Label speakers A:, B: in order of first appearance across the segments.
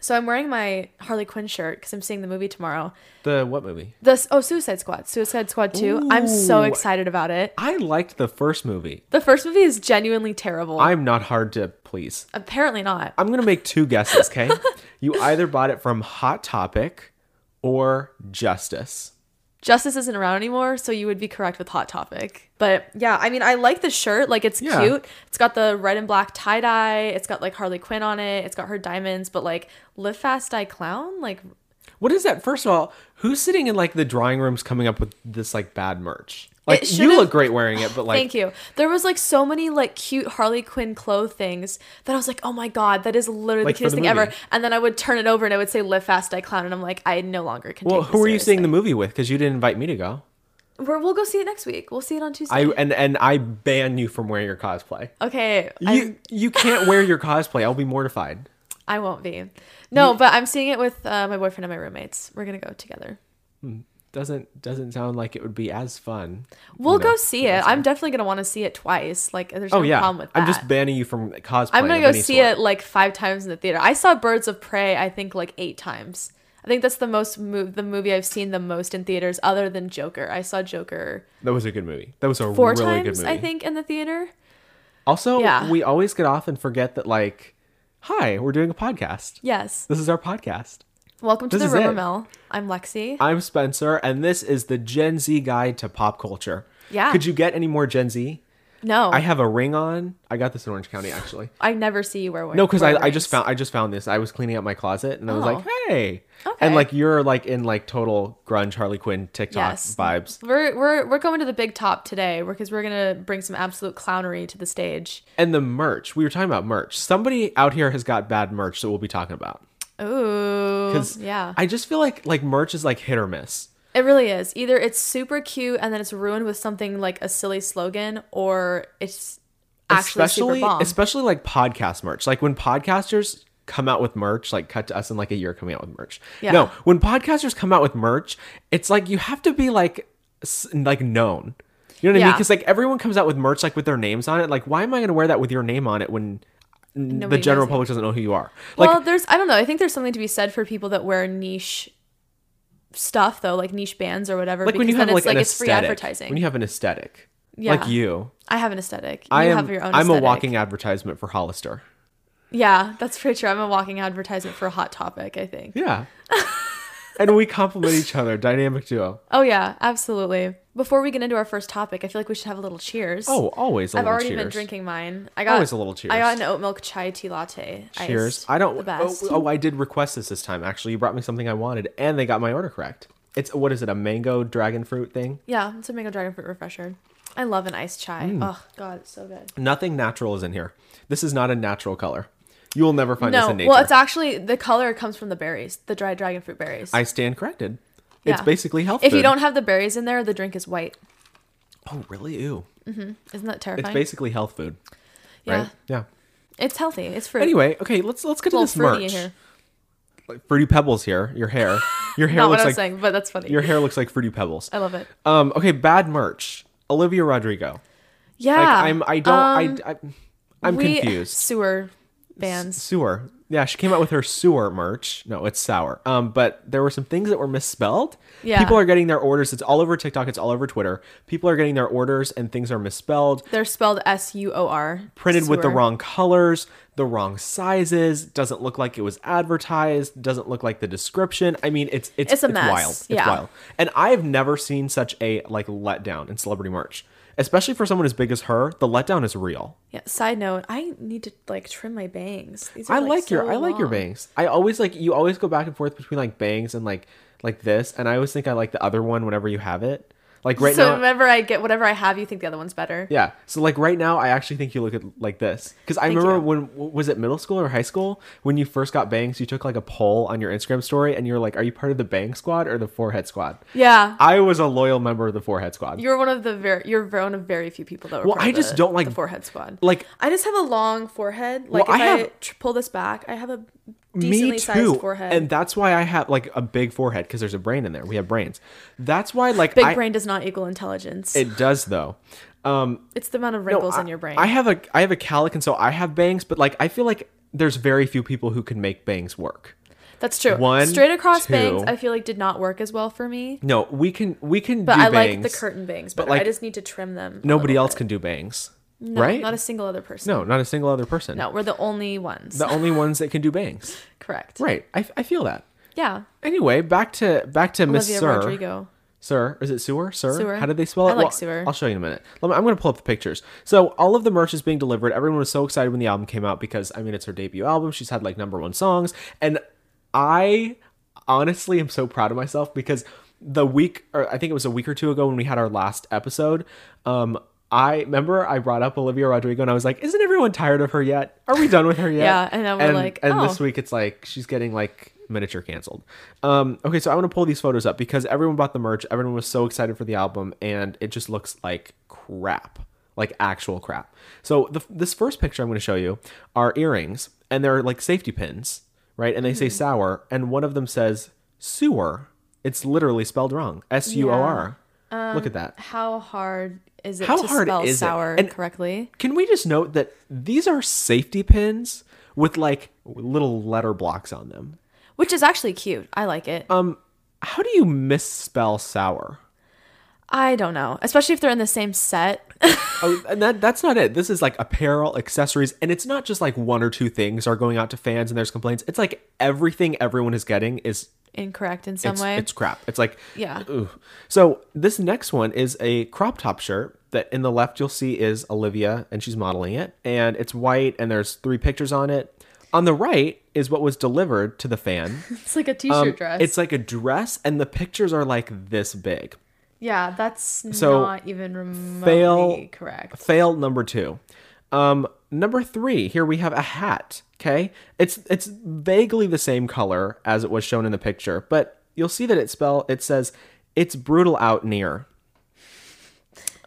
A: So I'm wearing my Harley Quinn shirt because I'm seeing the movie tomorrow.
B: The what movie?
A: This oh Suicide Squad, Suicide Squad 2. I'm so
B: Ooh.
A: excited about it.
B: I liked the first movie.
A: The first movie is genuinely terrible.
B: I'm not hard to please.
A: Apparently not.
B: I'm gonna make two guesses, okay? you either bought it from Hot Topic or Justice.
A: Justice isn't around anymore, so you would be correct with Hot Topic. But yeah, I mean, I like the shirt. Like, it's
B: Yeah.
A: cute. It's got the red and black tie dye. It's got like Harley Quinn on it. It's got her diamonds. But like, live fast, die clown. Like,
B: What is that? First of all, who's sitting in like the drawing rooms coming up with this like bad merch? Like
A: should
B: you
A: have-
B: look great wearing it, but like
A: thank you. There was like so many like cute Harley Quinn clothes things that I was like, oh my god, that is literally the
B: Like, for
A: cutest
B: the
A: thing ever.
B: movie.
A: And then I would turn it over and it would say live fast, die clown, and I'm like, I no longer can.
B: Well,
A: take
B: who
A: this
B: are you seeing the
A: seriously.
B: movie with? Because you didn't invite me to go.
A: We're, we'll go see it next week. We'll see it on Tuesday.
B: I and and I ban you from wearing your cosplay.
A: okay, I'm-
B: You you can't wear your cosplay. I'll be mortified.
A: I won't be. No, but I'm seeing it with uh, my boyfriend and my roommates. We're gonna go together.
B: Doesn't doesn't sound like it would be as fun.
A: We'll
B: No,
A: go see it. I'm definitely gonna want to see it twice. Like, there's
B: Oh
A: no
B: yeah,
A: problem with that.
B: I'm just banning you from cosplay.
A: I'm gonna
B: of
A: go
B: any
A: see
B: sort.
A: it like five times in the theater. I saw Birds of Prey. I think like eight times. I think that's the most move the movie I've seen the most in theaters, other than Joker. I saw Joker
B: That was a good movie. That was a
A: four
B: really good
A: times,
B: movie.
A: I think, in the theater.
B: Also,
A: Yeah.
B: we always get off and forget that like, hi, we're doing a podcast.
A: Yes.
B: This is our podcast.
A: Welcome to
B: This
A: the
B: is it.
A: Rumor Mill. I'm Lexi.
B: I'm Spencer, and this is the Gen Z guide to pop culture.
A: Yeah.
B: Could you get any more Gen Z?
A: no,
B: I
A: I,
B: have a ring on. I got this in Orange County actually.
A: never see you wear one.
B: No, because I,
A: wear
B: I just
A: rings.
B: found I just found this. I was cleaning up my closet and I was
A: Oh.
B: like, hey.
A: Okay.
B: And like you're like in like total grunge Harley Quinn TikTok
A: Yes.
B: vibes.
A: We're we're we're going to the big top today because we're gonna bring some absolute clownery to the stage.
B: And the merch. We were talking about merch. Somebody out here has got bad merch that we'll be talking about.
A: Ooh,
B: Because
A: yeah,
B: I just feel like like merch is like hit or miss.
A: it really is. Either it's super cute and then it's ruined with something like a silly slogan, or it's actually
B: especially
A: super bomb.
B: especially like podcast merch. Like when podcasters come out with merch, like cut to us in like a year coming out with merch.
A: Yeah.
B: No, when podcasters come out with merch, it's like you have to be like s- like known. You know what I mean?
A: Yeah.
B: Because like everyone comes out with merch like with their names on it. Like why am I going to wear that with your name on it when n-
A: Nobody
B: the general
A: knows you.
B: public doesn't know who you are? Like
A: well, there's I don't know. I think there's something to be said for people that wear niche stuff though, like niche bands or whatever.
B: like when you
A: because
B: have
A: then
B: like
A: it's like
B: an
A: it's free
B: aesthetic.
A: advertising.
B: When you have an aesthetic.
A: Yeah.
B: Like you.
A: I have an aesthetic. You
B: I am
A: have your own.
B: I'm a
A: aesthetic.
B: walking advertisement for Hollister.
A: Yeah, that's pretty true. I'm a walking advertisement for a hot topic. I think.
B: Yeah. and we complement each other, dynamic duo.
A: Oh yeah, absolutely. Before we get into our first topic, I feel like we should have a little cheers.
B: Oh, always a
A: I've
B: little
A: already been
B: cheers.
A: drinking mine. I got
B: Always a little cheers.
A: I got an oat milk chai tea latte.
B: Cheers.
A: iced.
B: I don't.
A: The best.
B: Oh, oh, I did request this this time. Actually, you brought me something I wanted, and they got my order correct. It's what is it? A mango dragon fruit thing?
A: Yeah, it's a mango dragon fruit refresher. I love an iced chai.
B: Mm.
A: Oh god, it's so good.
B: Nothing natural is in here. This is not a natural color. You will never find this
A: No,
B: Oh, in nature.
A: well, it's actually the color comes from the berries, the dried dragon fruit berries.
B: I stand corrected. It's
A: Yeah.
B: basically health.
A: if you
B: food.
A: don't have the berries in there, the drink is white.
B: oh really? Ew.
A: Isn't that
B: It's
A: terrifying?
B: basically health food.
A: yeah,
B: Right? Yeah.
A: it's healthy. It's fruit.
B: Anyway, okay, let's let's get
A: it's a
B: to
A: little
B: this
A: fruity
B: merch.
A: in here.
B: Like, fruity pebbles here. Your hair. Your hair
A: Not what
B: looks
A: I was
B: like
A: saying, but that's funny.
B: your hair looks like fruity pebbles.
A: I love it.
B: Um. Okay. Bad merch. Olivia Rodrigo.
A: Yeah, um,
B: Like I'm. I don't. I. I I'm
A: we-
B: confused.
A: Sewer bands.
B: sewer. Yeah, she came out with her sewer merch. No, it's sour. Um, but there were some things that were misspelled.
A: Yeah.
B: People are getting their orders. It's all over TikTok. It's all over Twitter. People are getting their orders and things are misspelled,
A: They're spelled S U O R.
B: printed with the
A: sewer.
B: wrong colors, the wrong sizes. Doesn't look like it was advertised. Doesn't look like the description. I mean, it's it's
A: It's a mess.
B: wild. It's
A: Yeah.
B: wild. And I've never seen such a like letdown in celebrity merch, especially for someone as big as her. The letdown is real.
A: Yeah. Side note: I need to like trim my bangs. These are,
B: I like, your
A: so
B: I like your
A: long.
B: bangs. I always like you always go back and forth between like bangs and like like this, and I always think I like the other one whenever you have it. Like right
A: so
B: now,
A: whenever I get whatever I have, you think the other one's better.
B: yeah. So like right now, I actually think you look at like this because I
A: Thank
B: remember
A: you.
B: when w- was it middle school or high school when you first got bangs? You took like a poll on your Instagram story, and you're like, "Are you part of the bang squad or the forehead squad?"
A: Yeah.
B: I was a loyal member of the forehead squad.
A: you're one of the very you're one of very few people that. Were
B: Well,
A: part
B: I
A: of
B: just
A: the-
B: don't like-
A: the forehead squad.
B: like
A: I just have a long forehead. Like
B: Well,
A: if
B: I
A: I,
B: have-
A: tr- pull this back, I have a decently
B: Me
A: sized
B: too.
A: forehead.
B: And that's why I have like a big forehead because there's a brain in there. We have brains. That's why like
A: Big
B: I,
A: brain does not equal intelligence.
B: it does though.
A: it's the amount of
B: No,
A: wrinkles
B: I-
A: in your brain.
B: I have a I have a calic and so I have bangs, but like I feel like there's very few people who can make bangs work.
A: That's true.
B: One,
A: Straight across bangs,
B: two.
A: I feel like did not work as well for me.
B: No, we can we can
A: But
B: do
A: I like
B: bangs.
A: the curtain bangs,
B: but,
A: but
B: like,
A: I just need to trim them. a
B: Nobody
A: little
B: else
A: bit.
B: can do bangs.
A: No,
B: right?
A: Not a single other person.
B: no, not a single other person.
A: No, we're the only ones.
B: The only ones that can do bangs.
A: Correct.
B: Right. I, I feel that.
A: Yeah.
B: Anyway, back to back to Miss
A: Olivia
B: Sir.
A: Rodrigo.
B: Sir, is it sewer? Sir,
A: Sewer.
B: how did they spell it?
A: I like sewer.
B: I'll show you in a minute. Let me, I'm going to pull up the pictures. So all of the merch is being delivered. Everyone was so excited when the album came out because I mean it's her debut album. She's had like number one songs, and I honestly am so proud of myself because the week, or I think it was a week or two ago when we had our last episode. Um, I remember I brought up Olivia Rodrigo and I was like, "Isn't everyone tired of her yet? Are we done with her yet?"
A: Yeah, and then we're like,
B: and this
A: "Oh."
B: week it's like she's getting like miniature canceled. Um, okay, so I want to pull these photos up because everyone bought the merch. Everyone was so excited for the album, and it just looks like crap, like actual crap. So the, this first picture I'm going to show you are earrings, and they're like safety pins, right? And they say sour, and one of them says sewer. It's literally spelled wrong. S U O R. Look at that.
A: How hard is it
B: How
A: to
B: hard
A: spell
B: is it?
A: sour
B: And-
A: correctly?
B: Can we just note that these are safety pins with like little letter blocks on them?
A: Which is actually cute. I like it.
B: Um, How do you misspell sour?
A: I don't know. Especially if they're in the same set.
B: Oh, and that that's not it. This is like apparel, accessories, and it's not just like one or two things are going out to fans and there's complaints. It's like everything everyone is getting is
A: Incorrect in some
B: it's,
A: way.
B: it's crap. It's like
A: Yeah.
B: ooh. So this next one is a crop top shirt that in the left you'll see is Olivia and she's modeling it, and it's white and there's three pictures on it. On the right is what was delivered to the fan.
A: It's like a t-shirt
B: Um, It's like a dress, and the pictures are like this big.
A: yeah, that's
B: So,
A: not even remotely
B: fail-
A: correct.
B: Fail number two. Um, number three, here we have a hat. Okay. It's it's vaguely the same color as it was shown in the picture, but you'll see that it spell it says it's brutal out near.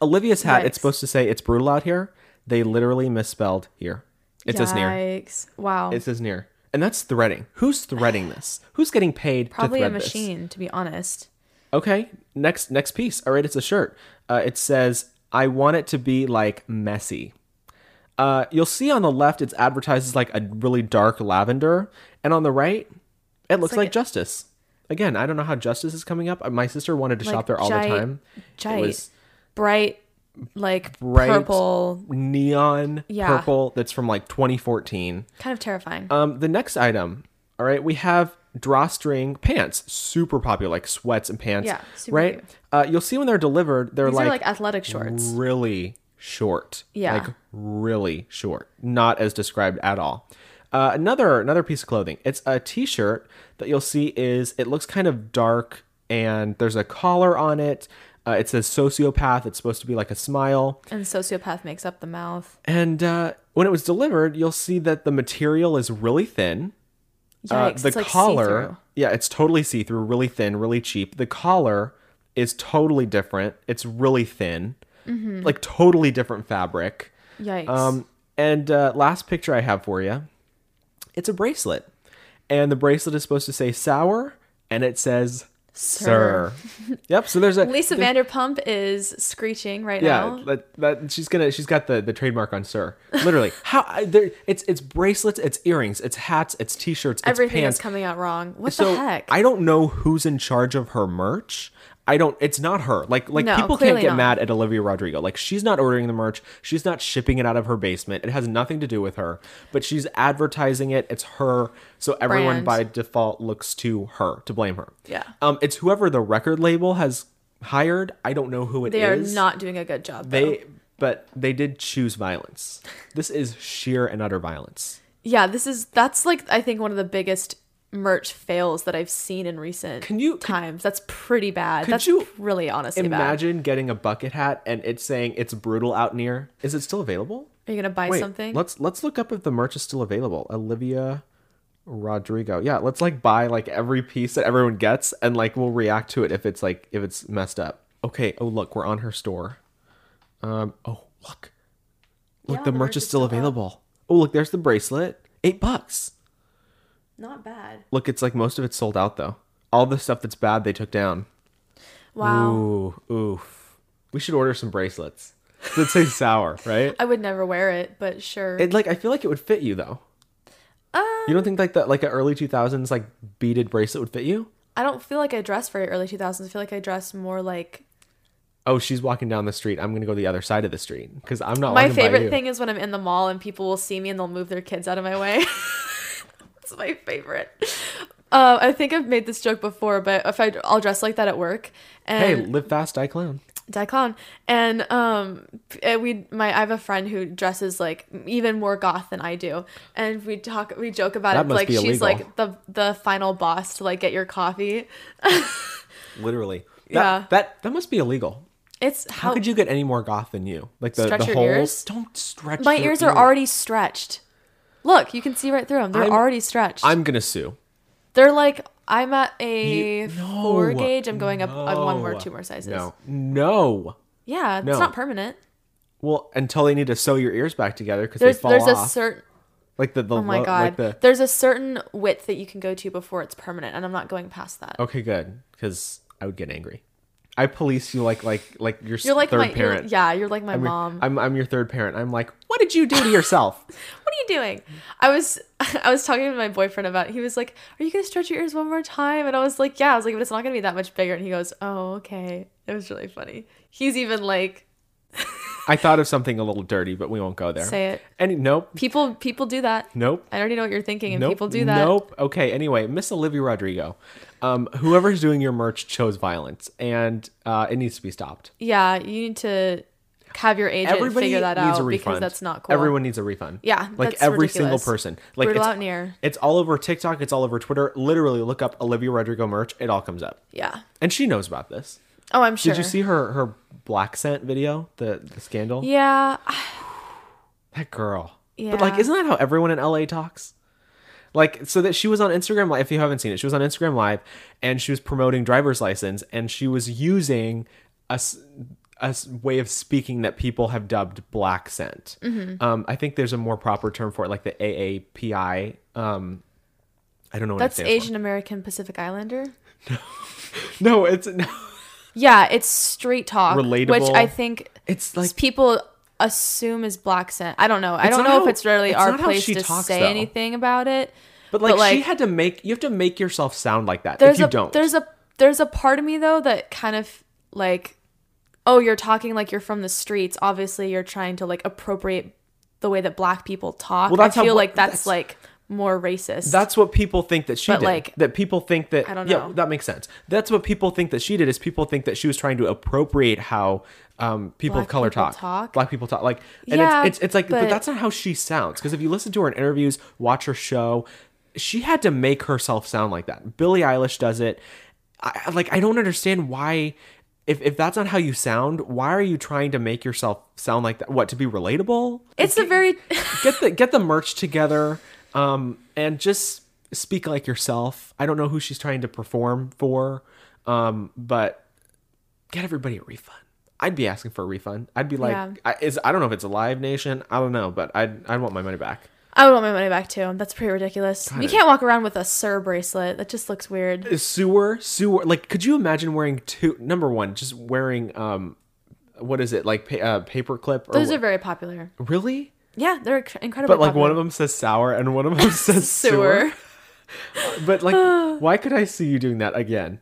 B: Olivia's hat, it's
A: Yikes.
B: supposed to say it's brutal out here. They literally misspelled here. It says near.
A: Yikes. Wow.
B: It says near. And that's threading. Who's threading this? Who's getting paid
A: Probably
B: to
A: a
B: thread this?
A: machine, to be honest.
B: Okay, next next piece. All right, it's a shirt. Uh, it says, "I want it to be like messy." Uh, you'll see on the left, it's advertised as like a really dark lavender, and on the right, it looks like,
A: like a-
B: Justice. Again, I don't know how Justice is coming up. Uh, My sister wanted to shop there all
A: giant-
B: the time.
A: Giant,
B: It was
A: bright, like
B: Bright.
A: purple,
B: neon
A: Yeah.
B: purple that's from like 2014.
A: kind of terrifying.
B: Um, the next item, all right, we have drawstring pants, super popular, like sweats and pants.
A: Yeah, super
B: right.
A: cute.
B: Uh, you'll see when they're delivered, they're
A: These
B: like
A: are like athletic shorts.
B: really short.
A: Yeah.
B: Like really short. Not as described at all. Uh, another another piece of clothing. It's a t-shirt that you'll see is it looks kind of dark and there's a collar on it. Uh, it says sociopath. It's supposed to be like a smile.
A: And sociopath makes up the mouth.
B: And uh, when it was delivered, you'll see that the material is really thin.
A: Yikes.
B: Uh,
A: it's
B: the
A: like
B: collar,
A: see-through.
B: yeah, it's totally see through, really thin, really cheap. The collar is totally different. It's really thin,
A: Mm-hmm.
B: like totally different fabric.
A: Yikes.
B: Um, and uh, last picture I have for you, it's a bracelet, and the bracelet is supposed to say sour, and it says sir.
A: Sir.
B: yep. So there's a
A: Lisa Vanderpump is screeching right
B: yeah,
A: now.
B: that, that she's gonna she's got the the trademark on Sir. Literally, how I, there? It's it's bracelets, it's earrings, it's hats, it's t-shirts, it's
A: Everything
B: pants.
A: is coming out wrong. What
B: so
A: the heck?
B: I don't know who's in charge of her merch. I don't. It's not her. Like like
A: No,
B: people can't
A: clearly
B: get
A: not.
B: mad at Olivia Rodrigo. Like she's not ordering the merch. She's not shipping it out of her basement. It has nothing to do with her. But she's advertising it. It's her. So everyone
A: Brand.
B: by default looks to her to blame her.
A: Yeah.
B: Um. It's whoever the record label has hired. I don't know who it is.
A: they are not doing a good job. though.
B: They. But they did choose violence. This is sheer and utter violence.
A: yeah, this is that's like I think one of the biggest merch fails that I've seen in recent
B: Can you- could-
A: times. that's pretty bad. That's
B: you
A: really honestly bad.
B: Imagine getting a bucket hat and it's saying it's brutal out near. Is it still available?
A: Are you gonna buy something?
B: Let's let's look up if the merch is still available. Olivia Rodrigo. Yeah, let's like buy like every piece that everyone gets and like we'll react to it if it's like if it's messed up. Okay, oh look, we're on her store. Um oh look. Look,
A: Yeah,
B: the, merch, is still
A: up.
B: available. Oh look, there's the bracelet. Eight bucks.
A: Not bad.
B: Look, it's like most of it's sold out though. All the stuff that's bad they took down.
A: Wow.
B: Ooh, oof. We should order some bracelets. That say sour, right?
A: I would never wear it, but sure.
B: It like I feel like it would fit you though.
A: uh,
B: You don't think like that like an early two thousands like beaded bracelet would fit you?
A: I don't feel like I dress very early 2000s. I feel like I dress more like
B: Oh, she's walking down the street. I'm gonna go the other side of the street because I'm not.
A: my
B: walking by
A: favorite
B: you.
A: thing is when I'm in the mall and people will see me and they'll move their kids out of my way. That's my favorite. Uh, I think I've made this joke before, but if I I'll dress like that at work
B: Hey,
A: and
B: live fast, die clown.
A: die clown and um and we my I have a friend who dresses like even more goth than I do and we talk we joke about
B: That
A: it
B: must
A: like
B: be
A: she's
B: illegal.
A: like the the final boss to like get your coffee.
B: Literally. That,
A: Yeah.
B: That that must be illegal.
A: It's
B: How,
A: how,
B: could you get any more goth than you? Like the,
A: Stretch
B: the
A: your
B: whole
A: ears?
B: don't stretch.
A: my
B: your
A: ears are already stretched. Look, you can see right through them. They're
B: I'm-
A: already stretched.
B: I'm gonna sue.
A: They're like, I'm at a
B: You- no,
A: four gauge. I'm going up on one more,
B: no,
A: two more sizes.
B: No, no.
A: Yeah,
B: No.
A: it's not permanent.
B: Well, until they need to sew your ears back together because they
A: There's
B: fall
A: there's a
B: off.
A: certain
B: like the the
A: oh my
B: lo-
A: god.
B: Like the,
A: There's a certain width that you can go to before it's permanent, and I'm not going past that.
B: okay, good. Because I would get angry. I police you like like like your
A: You're like
B: third
A: my you're-
B: parent.
A: yeah, you're like my
B: I'm your-
A: mom.
B: I'm I'm your third parent. I'm like, what did you do to yourself?
A: what are you doing? I was I was talking to my boyfriend about it. he was like, Are you gonna stretch your ears one more time? And I was like, Yeah, I was like, but it's not gonna be that much bigger and he goes, Oh, okay. It was really funny. He's even like
B: I thought of something a little dirty, but we won't go there.
A: Say it.
B: Any nope,
A: people people do that.
B: nope.
A: I already know what you're thinking, and
B: nope,
A: people do that.
B: Nope. Okay. Anyway, Miss Olivia Rodrigo, um, whoever's doing your merch chose violence, and uh, it needs to be stopped.
A: Yeah, you need to have your agent
B: Everybody
A: figure that
B: needs
A: out
B: a refund.
A: because that's not cool.
B: Everyone needs a refund.
A: Yeah,
B: like
A: that's
B: every single
A: ridiculous.
B: person. Like
A: Brutal
B: it's,
A: out near.
B: it's all over TikTok. It's all over Twitter. Literally, look up Olivia Rodrigo merch. It all comes up,
A: Yeah.
B: and she knows about this.
A: Oh, I'm sure.
B: Did you see her her black scent video? The the scandal.
A: Yeah.
B: That girl.
A: Yeah.
B: But like, isn't that how everyone in LA talks? Like, so that she was on Instagram Live. If you haven't seen it, she was on Instagram Live, and she was promoting driver's license, and she was using a, s- a s- way of speaking that people have dubbed black scent.
A: Mm-hmm.
B: Um, I think there's a more proper term for it, like the AAPI. Um, I don't know what
A: That's
B: it stands
A: Asian American Pacific Islander.
B: for. No, it's no,
A: Yeah, it's straight talk, which
B: Relatable.
A: I think
B: it's like
A: people assume is black scent. I don't know. I don't know
B: not how-
A: if it's really
B: it's
A: our
B: not how
A: place
B: she
A: to
B: talks,
A: say
B: though.
A: anything about it.
B: but like,
A: but, like-
B: she had to make you have to make yourself sound like that
A: There's
B: if you
A: a
B: don't.
A: there's a there's a part of me though that kind of like, oh, you're talking like you're from the streets. Obviously, you're trying to like appropriate the way that black people talk.
B: Well, that's
A: I
B: how-
A: feel like that's,
B: that's-
A: like more racist.
B: That's what people think that she
A: But,
B: did.
A: like,
B: that people think that.
A: I don't know.
B: Yeah, that makes sense. That's what people think that she did. Is people think that she was trying to appropriate how um, people
A: Black
B: of color
A: people
B: talk.
A: talk?
B: black people talk. Like, and
A: Yeah,
B: it's, it's it's like, but,
A: but-
B: that's not how she sounds. Because if you listen to her in interviews, watch her show, she had to make herself sound like that. Billie Eilish does it. I, I- like, I don't understand why. If, if that's not how you sound, why are you trying to make yourself sound like that? What to be relatable?
A: it's a very
B: get the get the merch together um and just speak like yourself i don't know who she's trying to perform for um but get everybody a refund i'd be asking for a refund i'd be like
A: Yeah.
B: I, is i don't know if it's a live nation i don't know but i'd i'd want my money back
A: I would want my money back too. That's pretty ridiculous. you
B: it.
A: can't walk around with a sir bracelet. That just looks weird.
B: sewer sewer like could you imagine wearing two number one just wearing um what is it like pa- uh, paperclip or
A: Those
B: what-
A: are very popular.
B: really
A: Yeah, they're inc- incredibly.
B: but like
A: popular.
B: one of them says sour and one of them says sewer.
A: sewer.
B: but like why could i see you doing that again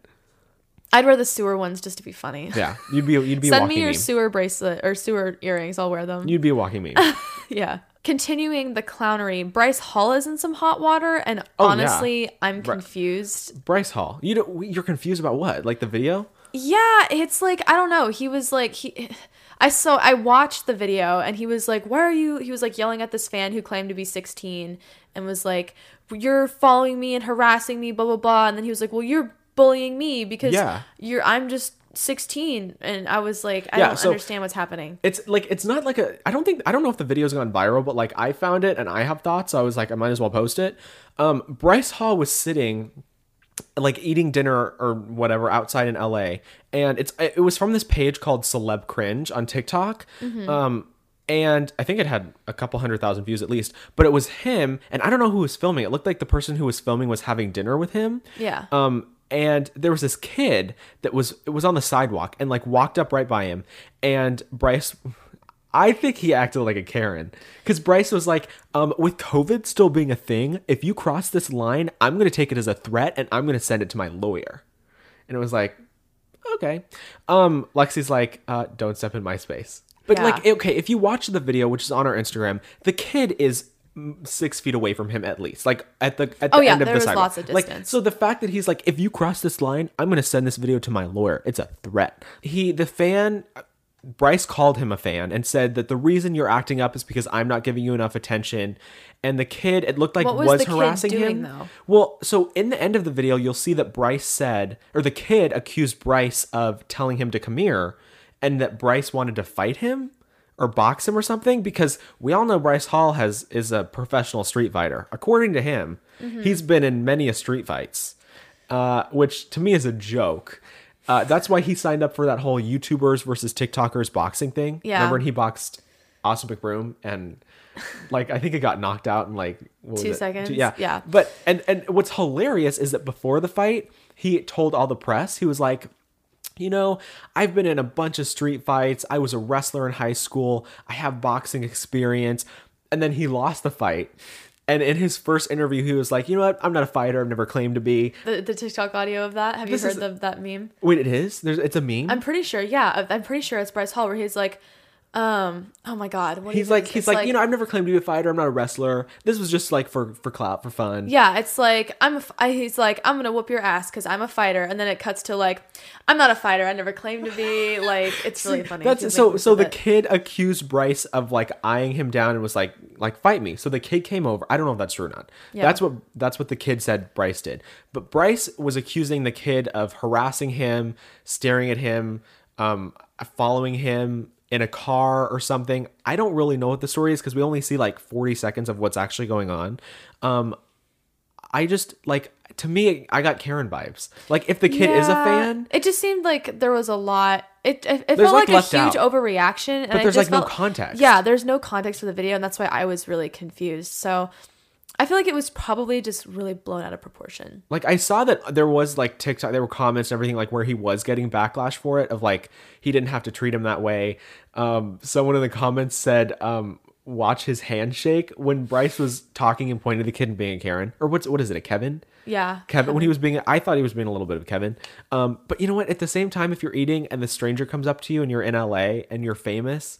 A: I'd wear the sewer ones just to be funny.
B: Yeah, you'd be you'd be a
A: Send
B: walking
A: me your
B: meme.
A: sewer bracelet or sewer earrings. I'll wear them.
B: you'd be a walking meme.
A: yeah. Continuing the clownery, Bryce Hall is in some hot water, and
B: Oh, yeah.
A: honestly, I'm confused.
B: Bryce Hall. You don't, you're confused about what? Like the video?
A: Yeah, it's like I don't know. He was like he I so I watched the video and he was like, "Why are you?" He was like yelling at this fan who claimed to be 16 and was like, "You're following me and harassing me, blah blah blah." And then he was like, "Well, you're bullying me because
B: Yeah.
A: you're I'm just 16." And I was like, "I
B: Yeah,
A: don't
B: so-
A: understand what's happening."
B: It's like it's not like a. I don't think I don't know if the video's gone viral, but like I found it and I have thoughts. So I was like, I might as well post it. Um, Bryce Hall was sitting like eating dinner or whatever outside in LA and it's it was from this page called Celeb Cringe on TikTok. Um and I think it had a couple hundred thousand views at least. But it was him, and I don't know who was filming. It looked like the person who was filming was having dinner with him.
A: Yeah.
B: Um, and there was this kid that was it was on the sidewalk and like walked up right by him, and Bryce. I think he acted like a Karen because Bryce was like, um, with COVID still being a thing, if you cross this line, I'm going to take it as a threat and I'm going to send it to my lawyer. And it was like, okay. Um, Lexi's like, uh, don't step in my space. But
A: Yeah.
B: like, okay, if you watch the video, which is on our Instagram, the kid is mm, six feet away from him at least, like at the at the
A: Oh, yeah,
B: end of
A: there
B: the
A: was
B: sidewalk.
A: lots of
B: Like,
A: distance.
B: so the fact that he's like, if you cross this line, I'm gonna send this video to my lawyer. It's a threat. He, the fan. Bryce called him a fan and said that the reason you're acting up is because I'm not giving you enough attention. And the kid, it looked like
A: What
B: was,
A: was the kid
B: harassing
A: doing,
B: him.
A: though?
B: Well, so in the end of the video, you'll see that Bryce said, or the kid accused Bryce of telling him to come here, and that Bryce wanted to fight him or box him or something because we all know Bryce Hall has is a professional street fighter. According to him, he's been in many a street fights, uh, which to me is a joke. Uh, that's why he signed up for that whole YouTubers versus TikTokers boxing thing.
A: Yeah.
B: Remember when he boxed Austin McBroom and like I think it got knocked out in like what was
A: Two
B: it?
A: seconds?
B: yeah.
A: Yeah.
B: But and and what's hilarious is that before the fight, he told all the press, he was like, you know, I've been in a bunch of street fights. I was a wrestler in high school. I have boxing experience. And then he lost the fight. And in his first interview, he was like, you know what? I'm not a fighter. I've never claimed to be.
A: The, the TikTok audio of that. Have
B: This
A: you
B: is-
A: heard the, that meme?
B: Wait, it is? There's it's a meme.
A: I'm pretty sure. Yeah, I- I'm pretty sure it's Bryce Hall where he's like, um, oh my god, what
B: he's
A: is
B: like
A: this?
B: he's
A: It's
B: like, you know, I've never claimed to be a fighter. I'm not a wrestler. This was just like for for clout, for fun.
A: yeah, it's like I'm. A f- I, he's like I'm gonna whoop your ass because I'm a fighter, and then it cuts to like I'm not a fighter. I never claimed to be. Like it's really funny.
B: That's
A: He's
B: so.
A: making
B: So
A: fun
B: the
A: of it.
B: kid accused Bryce of like eyeing him down and was like, like fight me. So the kid came over. I don't know if that's true or not.
A: Yeah.
B: That's what that's what the kid said. Bryce did, but Bryce was accusing the kid of harassing him, staring at him, um, following him in a car or something. I don't really know what the story is because we only see like forty seconds of what's actually going on. Um, I just like to me, I got Karen vibes. Like if the kid is a
A: Yeah,
B: fan,
A: It just seemed like there was a lot. It it, it
B: There's,
A: felt
B: like,
A: like,
B: left
A: a huge
B: out.
A: overreaction, and
B: But
A: I
B: there's,
A: just
B: like, no
A: felt-
B: context.
A: Yeah, there's no context for the video, and that's why I was really confused. So I feel like it was probably just really blown out of proportion.
B: Like I saw that there was like TikTok, there were comments and everything like where he was getting backlash for it of like he didn't have to treat him that way. Um, someone in the comments said, um, "Watch his handshake when Bryce was talking and pointing to the kid and being a Karen or what's what is it a Kevin?
A: Yeah,
B: Kevin when he was being I thought he was being a little bit of Kevin. Um, but you know what? At the same time, if you're eating and the stranger comes up to you and you're in LA and you're famous,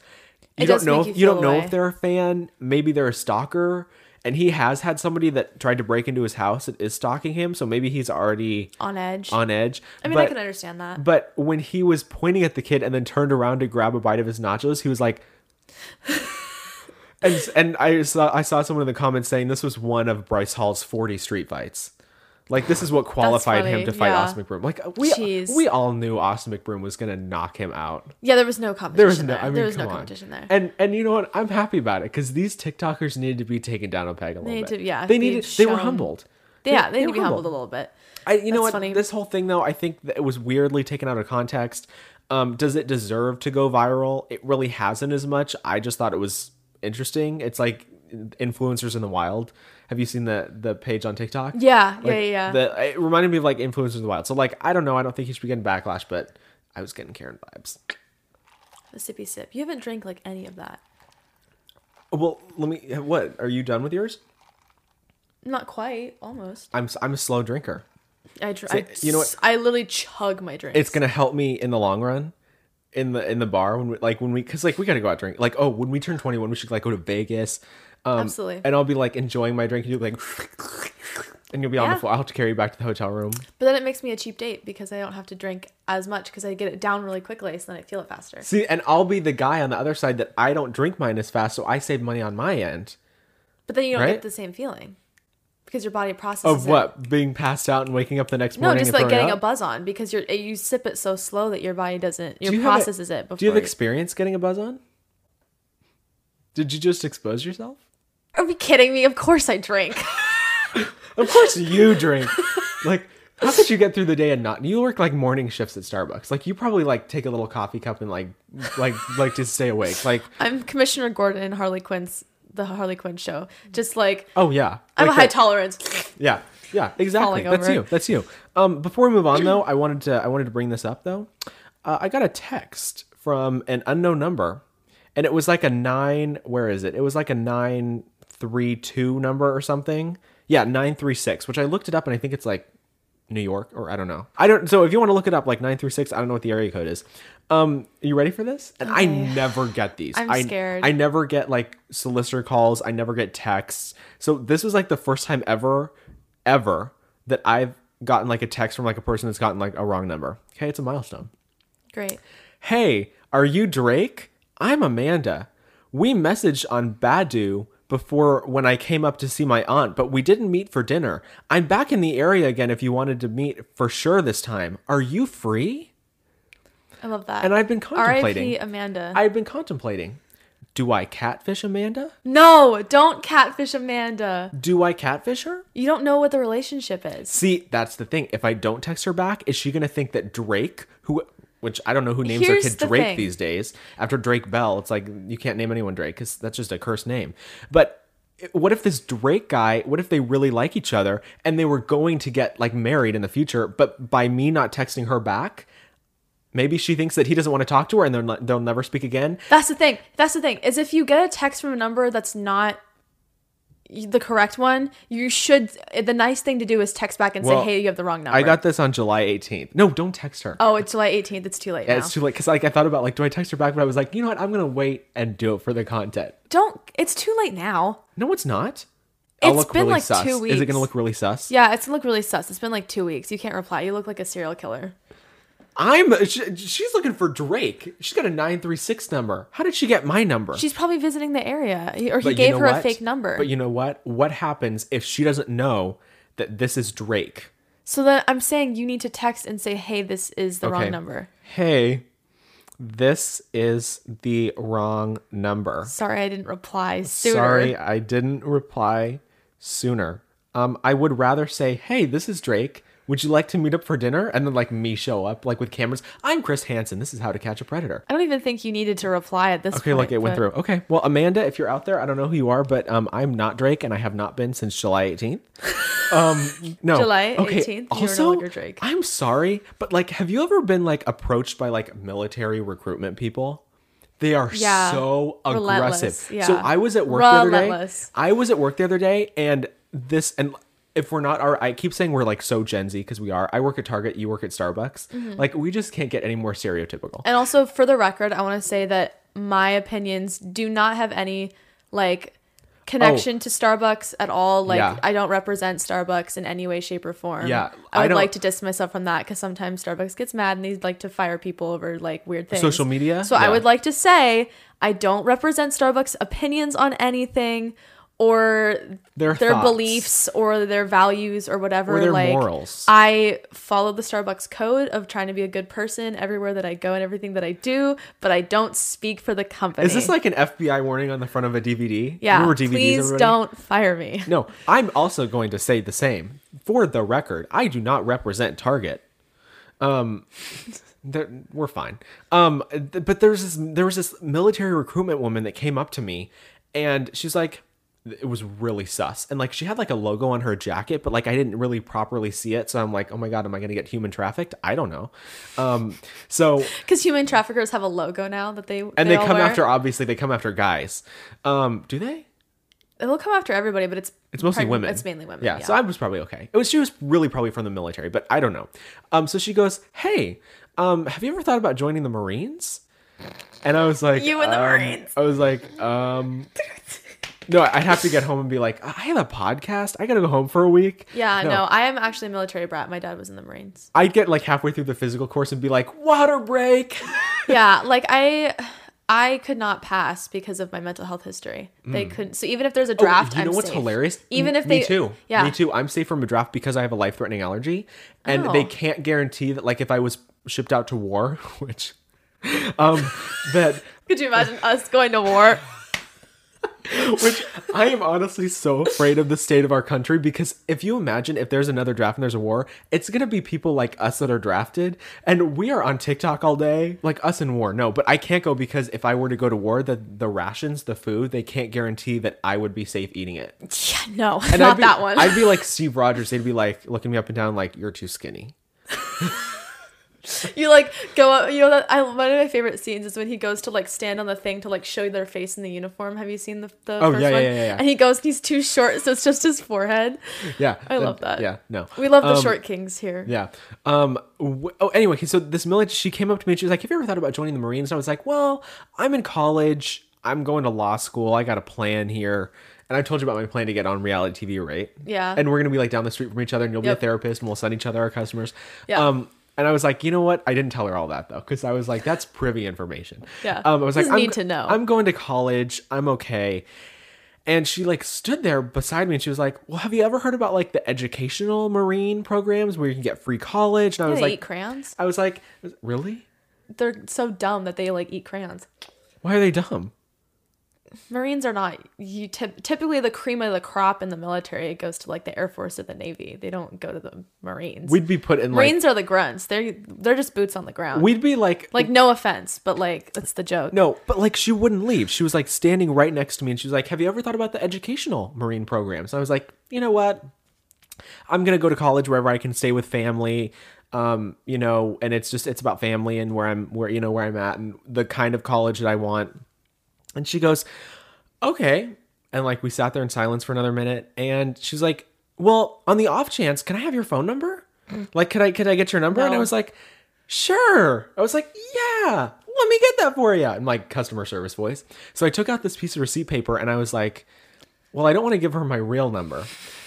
B: you
A: It
B: don't
A: does
B: know
A: make
B: if,
A: you
B: you don't
A: feel
B: know
A: away.
B: if they're a fan. Maybe they're a stalker. And he has had somebody that tried to break into his house that is stalking him, so maybe he's already
A: on edge.
B: on edge.
A: I mean,
B: but,
A: I can understand that.
B: But when he was pointing at the kid and then turned around to grab a bite of his nachos, he was like, and and I saw I saw someone in the comments saying this was one of Bryce Hall's forty street fights. Like this is what qualified him
A: funny,
B: to fight
A: yeah.
B: Austin McBroom. Like we
A: Jeez.
B: we all knew Austin McBroom was gonna knock him out.
A: Yeah, there was no competition.
B: There was no
A: there.
B: I mean
A: there was no
B: come on.
A: competition there.
B: And and you know what? I'm happy about it because these TikTokers needed to be taken down a peg a little
A: need
B: bit.
A: to- yeah,
B: they
A: be
B: needed they were
A: shown-
B: humbled.
A: yeah, they,
B: they
A: need to be
B: were
A: humbled
B: humble.
A: a little bit.
B: I, you know
A: That's
B: what?
A: funny.
B: This whole thing, though, I think that it was weirdly taken out of context. Um, does it deserve to go viral? It really hasn't as much. I just thought it was interesting. It's like influencers in the wild. Have you seen the the page on TikTok?
A: Yeah,
B: Like,
A: yeah, yeah, yeah.
B: The, it reminded me of like influencers in the wild. So like, I don't know. I don't think he should be getting backlash, but I was getting Karen vibes.
A: a sippy sip. You haven't drank like any of that.
B: Well, let me. What are you done with yours?
A: Not quite. Almost.
B: I'm s- I'm a slow drinker.
A: I, dr- I
B: you know what?
A: s- I literally chug my drink.
B: it's gonna help me in the long run in the in the bar when we like when we because like we gotta go out drink like oh when we turn 21 we should like go to vegas um
A: Absolutely.
B: and i'll be like enjoying my drink and you'll be like and you'll be on the
A: Yeah.
B: floor i'll have to carry you back to the hotel room
A: But then it makes me a cheap date because I don't have to drink as much because I get it down really quickly, so then I feel it faster.
B: see and i'll be the guy on the other side that i don't drink mine as fast so i save money on my end
A: But then you don't
B: Right?
A: get the same feeling because your body processes
B: of
A: it.
B: what being passed out and waking up the next
A: No,
B: morning
A: just
B: and
A: like
B: throwing
A: getting a
B: up?
A: buzz on because you're you sip it so slow that your body doesn't your
B: Do you have a-
A: processes it before.
B: do you have
A: you-
B: experience getting a buzz on did you just expose yourself
A: Are you kidding me? Of course I drink.
B: Of course you drink. like How could you get through the day and not? You work like morning shifts at Starbucks. Like you probably like take a little coffee cup and like like like to stay awake. Like
A: I'm Commissioner Gordon in Harley Quinn's the Harley Quinn show. Just like
B: oh yeah,
A: I have
B: Like
A: a high
B: that-
A: tolerance.
B: Yeah, yeah,
A: Falling
B: exactly. That's
A: over.
B: you. That's you. Um, before we move on though, I wanted to I wanted to bring this up though. Uh, I got a text from an unknown number, and it was like a nine. Where is it? It was like a nine three two number or something. Yeah, nine three six. Which I looked it up, and I think it's like New York or I don't know. I don't. So if you want to look it up, like nine three six, I don't know what the area code is. Um, you ready for this? And I never get these.
A: I'm
B: I-
A: scared.
B: I never get like solicitor calls. I never get texts. So this was like the first time ever, ever that I've gotten like a text from like a person that's gotten like a wrong number. Okay, it's a milestone.
A: Great.
B: Hey, are you Drake? I'm Amanda. We messaged on Badu before when I came up to see my aunt, but we didn't meet for dinner. I'm back in the area again if you wanted to meet for sure this time. Are you free?
A: I love that.
B: And I've been
A: R.I.P.
B: contemplating.
A: Amanda.
B: I've been contemplating. Do I catfish Amanda?
A: no, don't catfish Amanda.
B: Do I catfish her?
A: You don't know what the relationship is.
B: See, that's the thing. If I don't text her back, is she gonna think that Drake, who, which I don't know who names
A: Here's
B: their kid
A: the
B: Drake
A: thing.
B: these days, after Drake Bell, it's like you can't name anyone Drake because that's just a cursed name. But what if this Drake guy? What if they really like each other and they were going to get like married in the future? But by me not texting her back, maybe she thinks that he doesn't want to talk to her and they're not, they'll never speak again.
A: That's the thing. That's the thing. Is if you get a text from a number that's not the correct one, you should. The nice thing to do is text back and
B: Well,
A: say, "Hey, you have the wrong number."
B: I got this on July 18th. No, don't text her.
A: Oh, it's July 18th. It's too late
B: Yeah,
A: now.
B: it's too late because like I thought about like do I text her back, but I was like, you know what, I'm gonna wait and do it for the content.
A: Don't. It's too late now.
B: No, it's not.
A: It's been, like,
B: sus.
A: two
B: Is it
A: weeks.
B: gonna look really sus?
A: Yeah, it's look really sus. It's been like two weeks. You can't reply. You look like a serial killer.
B: I'm. She, she's looking for Drake. She's got a nine three six number. How did she get my number?
A: She's probably visiting the area, or he
B: But you
A: gave
B: know
A: her a
B: what?
A: fake number.
B: But you know what? What happens if she doesn't know that this is Drake?
A: so then I'm saying you need to text and say, "Hey, this is the wrong number."
B: Hey, this is the wrong number.
A: Sorry, I didn't reply sooner.
B: Sorry, I didn't reply sooner. Um, I would rather say, "Hey, this is Drake. Would you like to meet up for dinner?" And then like me show up like with cameras. I'm Chris Hansen. This is how to catch a predator.
A: I don't even think you needed to reply at this
B: Okay,
A: point.
B: like it
A: but-
B: went through. Okay, well, Amanda, if you're out there, I don't know who you are, but um, I'm not Drake, and I have not been since July 18th. Um, no,
A: July
B: okay.
A: 18th, you are no
B: also,
A: longer Drake.
B: I'm sorry, but like, have you ever been like approached by like military recruitment people? They are
A: Yeah.
B: so
A: Relentless,
B: aggressive. So
A: yeah.
B: I was at work the other day.
A: Relentless.
B: I was at work the other day, and this and if we're not our, I keep saying we're like so Gen Z because we are. I work at Target, you work at Starbucks. Like we just can't get any more stereotypical.
A: Mm-hmm. And also, for the record, I want to say that my opinions do not have any like connection to Starbucks at all. Like,
B: Oh. Yeah.
A: I don't represent Starbucks in any way, shape, or form.
B: Yeah, I
A: I would
B: don't-
A: like to distance myself from that because sometimes Starbucks gets mad and they like to fire people over like weird things.
B: Social media?
A: So I
B: Yeah.
A: would like to say I don't represent Starbucks opinions on anything. Or
B: Their thoughts.
A: beliefs, or their values, or whatever.
B: their
A: like,
B: morals.
A: I follow the Starbucks code of trying to be a good person everywhere that I go and everything that I do, but I don't speak for the company.
B: Is this like an FBI warning on the front of a DVD?
A: yeah?
B: Remember DVDs,
A: please
B: everybody?
A: don't fire me.
B: No, I'm also going to say the same. For the record, I do not represent Target. Um, they're- we're fine. Um, th- but there's this, there was this military recruitment woman that came up to me, and she's like, it was really sus, and like she had like a logo on her jacket, but like I didn't really properly see it, so I'm like, oh my god, am I gonna get human trafficked? I don't know. Um, so
A: Because human traffickers have a logo now that they
B: and they,
A: all
B: come
A: wear.
B: after obviously they come after guys. Um, do they?
A: They'll come after everybody, but it's
B: It's mostly
A: prim-
B: women.
A: It's mainly women.
B: Yeah,
A: Yeah.
B: So I was probably okay. It was she was really probably from the military, but I don't know. Um, so she goes, "Hey, um, have you ever thought about joining the Marines?" And I was like,
A: You and the
B: um,
A: Marines.
B: I was like, um, no, I'd have to get home and be like, I have a podcast. I gotta go home for a week.
A: yeah. No. I am actually a military brat. My dad was in the Marines.
B: I'd get like halfway through the physical course and be like, water break.
A: yeah. Like I. I could not pass because of my mental health history. They couldn't. So even if there's a draft,
B: Hmm. Oh, You know
A: I'm
B: what's
A: safe.
B: hilarious?
A: Even
B: M-
A: if they
B: me too,
A: yeah,
B: me too. I'm safe from a draft because I have a life threatening allergy, and
A: Oh.
B: they can't guarantee that like if I was shipped out to war, which um that
A: Could you imagine us going to war?
B: Which I am honestly so afraid of the state of our country because if you imagine if there's another draft and there's a war, it's gonna be people like us that are drafted, and we are on TikTok all day, like us in war. No, but I can't go because if I were to go to war, the the rations, the food, they can't guarantee that I would be safe eating it.
A: Yeah, no,
B: And I'd
A: not
B: be,
A: that one.
B: I'd be like Steve Rogers. They'd be like looking me up and down, like you're too skinny.
A: you like go up. You know that I, one of my favorite scenes is when he goes to like stand on the thing to like show their face in the uniform. Have you seen the the
B: Oh,
A: first
B: yeah, yeah,
A: one?
B: yeah, yeah.
A: And he goes, he's too short, so it's just his forehead.
B: Yeah,
A: I love that.
B: Yeah, no,
A: We love the
B: Um,
A: short kings here.
B: Yeah. Um. W- oh, anyway, so this Millie, she came up to me and she was like, "Have you ever thought about joining the Marines?" And I was like, "Well, I'm in college. I'm going to law school. I got a plan here." And I told you about my plan to get on reality TV, right?
A: Yeah.
B: And we're gonna be like down the street from each other, and you'll be
A: Yep.
B: a therapist, and we'll send each other our customers.
A: Yeah.
B: Um. And I was like, you know what? I didn't tell her all that though, because I was like, that's privy information.
A: Yeah.
B: Um. I was
A: This
B: like,
A: is
B: I'm,
A: need to know.
B: I'm going to college. I'm okay. And she like stood there beside me and she was like, Well, have you ever heard about like the educational marine programs where you can get free college? And I
A: They
B: was
A: eat
B: like
A: crayons.
B: I was like, Really?
A: They're so dumb that they like eat crayons.
B: Why are they dumb?
A: Marines are not you typ typically the cream of the crop in the military. It goes to like the Air Force or the Navy. They don't go to the Marines.
B: We'd be put in like
A: Marines are the grunts. They're they're just boots on the ground.
B: we'd be like
A: like no offense, but like that's the joke.
B: no, but like she wouldn't leave. She was like standing right next to me and she was like, Have you ever thought about the educational marine programs? And I was like, You know what? I'm gonna go to college wherever I can stay with family. Um, you know, and it's just it's about family and where I'm where you know where I'm at and the kind of college that I want. And she goes, Okay. And like we sat there in silence for another minute and she's like, Well, on the off chance, can I have your phone number? Like, could I could I get your number? And I
A: No.
B: was like, Sure. I was like, Yeah, let me get that for you in my customer service voice. So I took out this piece of receipt paper and I was like, well, I don't want to give her my real number.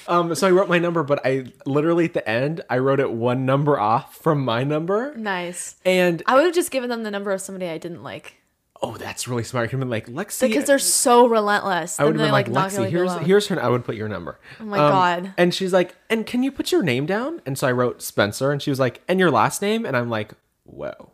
B: Um, so I wrote my number, but I literally at the end, I wrote it one number off from my number.
A: Nice.
B: And
A: I would have just given them the number of somebody I didn't like
B: oh, that's really smart. I could have been like, Lexi.
A: because they're so relentless.
B: I
A: Then
B: would have
A: they
B: been like,
A: like, knock you
B: Lexi, here's
A: alone.
B: here's her. I would put your number. Oh
A: my God.
B: And she's like, and can you put your name down? And so I wrote Spencer, and she was like, and your last name, and I'm like, whoa.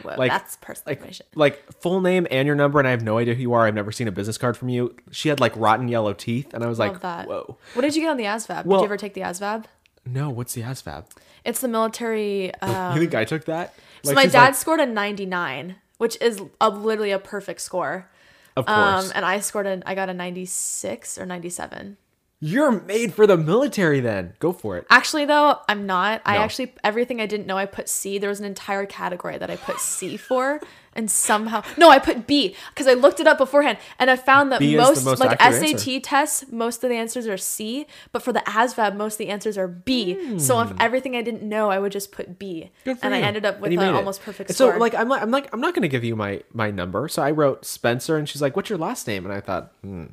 A: Whoa,
B: like-
A: that's personal
B: like,
A: information.
B: like full name and your number, and I have no idea who you are. I've never seen a business card from you. She had like rotten yellow teeth, and I was
A: Love
B: like,
A: that.
B: whoa,
A: What did you get on the ASVAB? did
B: Well-
A: you ever take the ASVAB?
B: no, what's the ASVAB?
A: It's the military. Um,
B: you think I took that?
A: so
B: Like,
A: my
B: she's like,
A: dad scored a 99, which is a, literally a perfect score.
B: of course,
A: Um, and I scored an I got a 96 or 97.
B: you're made for the military. Then go for it.
A: Actually, though, I'm not. I
B: No.
A: actually everything I didn't know I put C. There was an entire category that I put C for, and somehow no, I put B because I looked it up beforehand and I found that
B: B is the
A: most,
B: most
A: like
B: accurate
A: SAT
B: answer.
A: tests, most of the answers are C, but for the ASVAB, most of the answers are B. So if everything I didn't know, I would just put B,
B: Hmm. Good for
A: and I
B: you.
A: ended up with
B: you
A: an
B: made it.
A: almost perfect
B: And
A: score.
B: So like I'm like I'm like I'm not gonna give you my my number. So I wrote Spencer, and she's like, "What's your last name?" And I thought, hmm.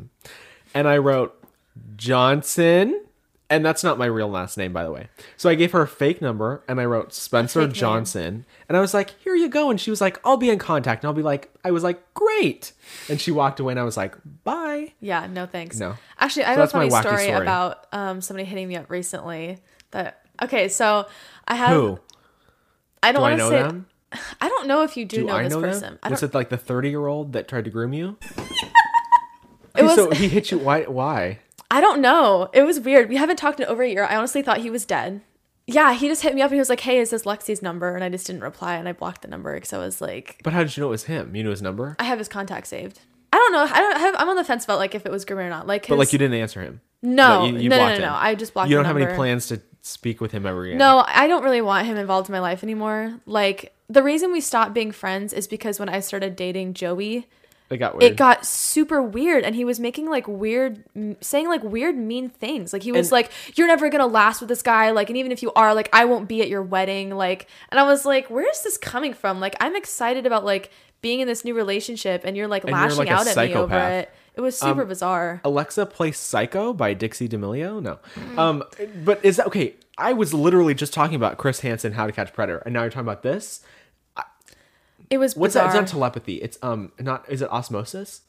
B: and I wrote Johnson. And that's not my real last name, by the way. So I gave her a fake number and I wrote Spencer
A: fake name.
B: Johnson. And I was like, here you go. And she was like, I'll be in contact. And I'll be like, I was like, great. And she walked away and I was like, bye.
A: Yeah, no thanks.
B: No.
A: Actually, I
B: So
A: have a
B: that's my
A: funny
B: wacky
A: story,
B: story.
A: about um, somebody hitting me up recently. That okay, so I have.
B: Who?
A: I don't
B: Do I
A: want to
B: know
A: say.
B: them?
A: I don't know if you do,
B: Do
A: know
B: I
A: this
B: know
A: person.
B: them?
A: I
B: Was
A: don't.
B: it like the 30 year old that tried to groom you?
A: It was.
B: so he hit you. Why? Why?
A: I don't know. It was weird. We haven't talked in over a year. I honestly thought he was dead. Yeah, he just hit me up and he was like, "Hey, is this Lexi's number?" And I just didn't reply and I blocked the number because I was like,
B: But how did you know it was him? You knew his number,
A: I have his contact saved. I don't know. I don't. I have, I'm on the fence about like if it was grooming or not. Like, his,
B: but like you didn't answer him.
A: no,
B: Like, you- you
A: no, no, no,
B: blocked
A: no.
B: him.
A: I just blocked.
B: You
A: the
B: don't have any
A: number.
B: plans to speak with him ever again.
A: No, I don't really want him involved in my life anymore. Like the reason we stopped being friends is because when I started dating Joey,
B: it got weird.
A: it got super weird and he was making like weird m- saying like weird mean things. Like he was
B: And-
A: like you're never going to last with this guy like and even if you are like I won't be at your wedding like and I was like where is this coming from? Like I'm excited about like being in this new relationship and you're like
B: you're,
A: lashing
B: like, a
A: out at me over
B: psychopath. Um, uh,
A: it. It was super bizarre.
B: Alexa plays Psycho by Dixie D'Amelio. No,
A: Mm.
B: um, but is that okay? I was literally just talking about Chris Hansen, How to Catch a Predator, and now you're talking about this.
A: It was
B: What's
A: bizarre.
B: that? It's not telepathy. It's um, not is it osmosis?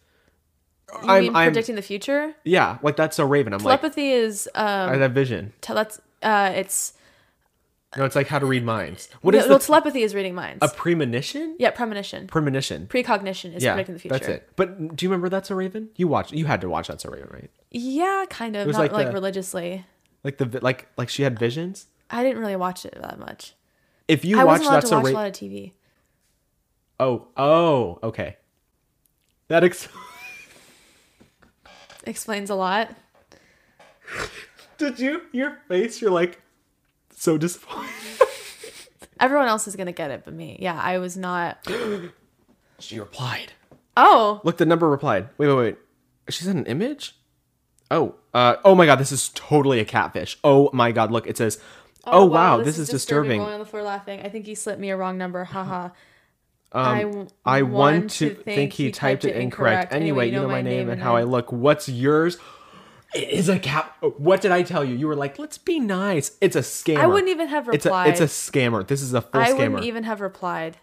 A: you mean predicting the future?
B: yeah, like that's so Raven. I'm
A: Telepathy is um
B: like I have vision.
A: tell that's uh it's
B: No, it's like how to read minds. What
A: no,
B: is
A: well,
B: the,
A: telepathy is reading minds.
B: a premonition?
A: yeah, premonition.
B: Premonition.
A: Precognition is
B: yeah,
A: predicting the future.
B: that's it. But do you remember That's a Raven? You watched. You had to watch That's a Raven, right?
A: Yeah, kind of.
B: was
A: Not
B: like
A: like,
B: the-
A: religiously.
B: Like the vi- like like she had visions.
A: I didn't really watch it that much.
B: If you
A: I
B: watch
A: wasn't allowed
B: That's
A: to
B: a
A: watch a
B: Raven,
A: lot of TV.
B: oh oh okay, that ex-
A: Explains a lot.
B: did you your face? You're like so disappointed.
A: Everyone else is gonna get it, but me. Yeah, I was not.
B: She replied.
A: Oh,
B: Look, the number replied. Wait, wait, wait. She sent an image? Oh, uh, oh my god, this is totally a catfish. Oh my god, look, it says, oh, wow, this, is, disturbing.
A: Rolling on the floor laughing. I think he slipped me a wrong number. Haha.
B: I,
A: w-
B: Um, I want to think, he typed, it incorrect. Anyway, you know my name and how I look. What's yours? It is a cap. What did I tell you? You were like, let's be nice. It's a scammer.
A: I wouldn't even have
B: It's a,
A: replied.
B: it's a scammer. This is a full
A: I
B: scammer.
A: wouldn't even have replied.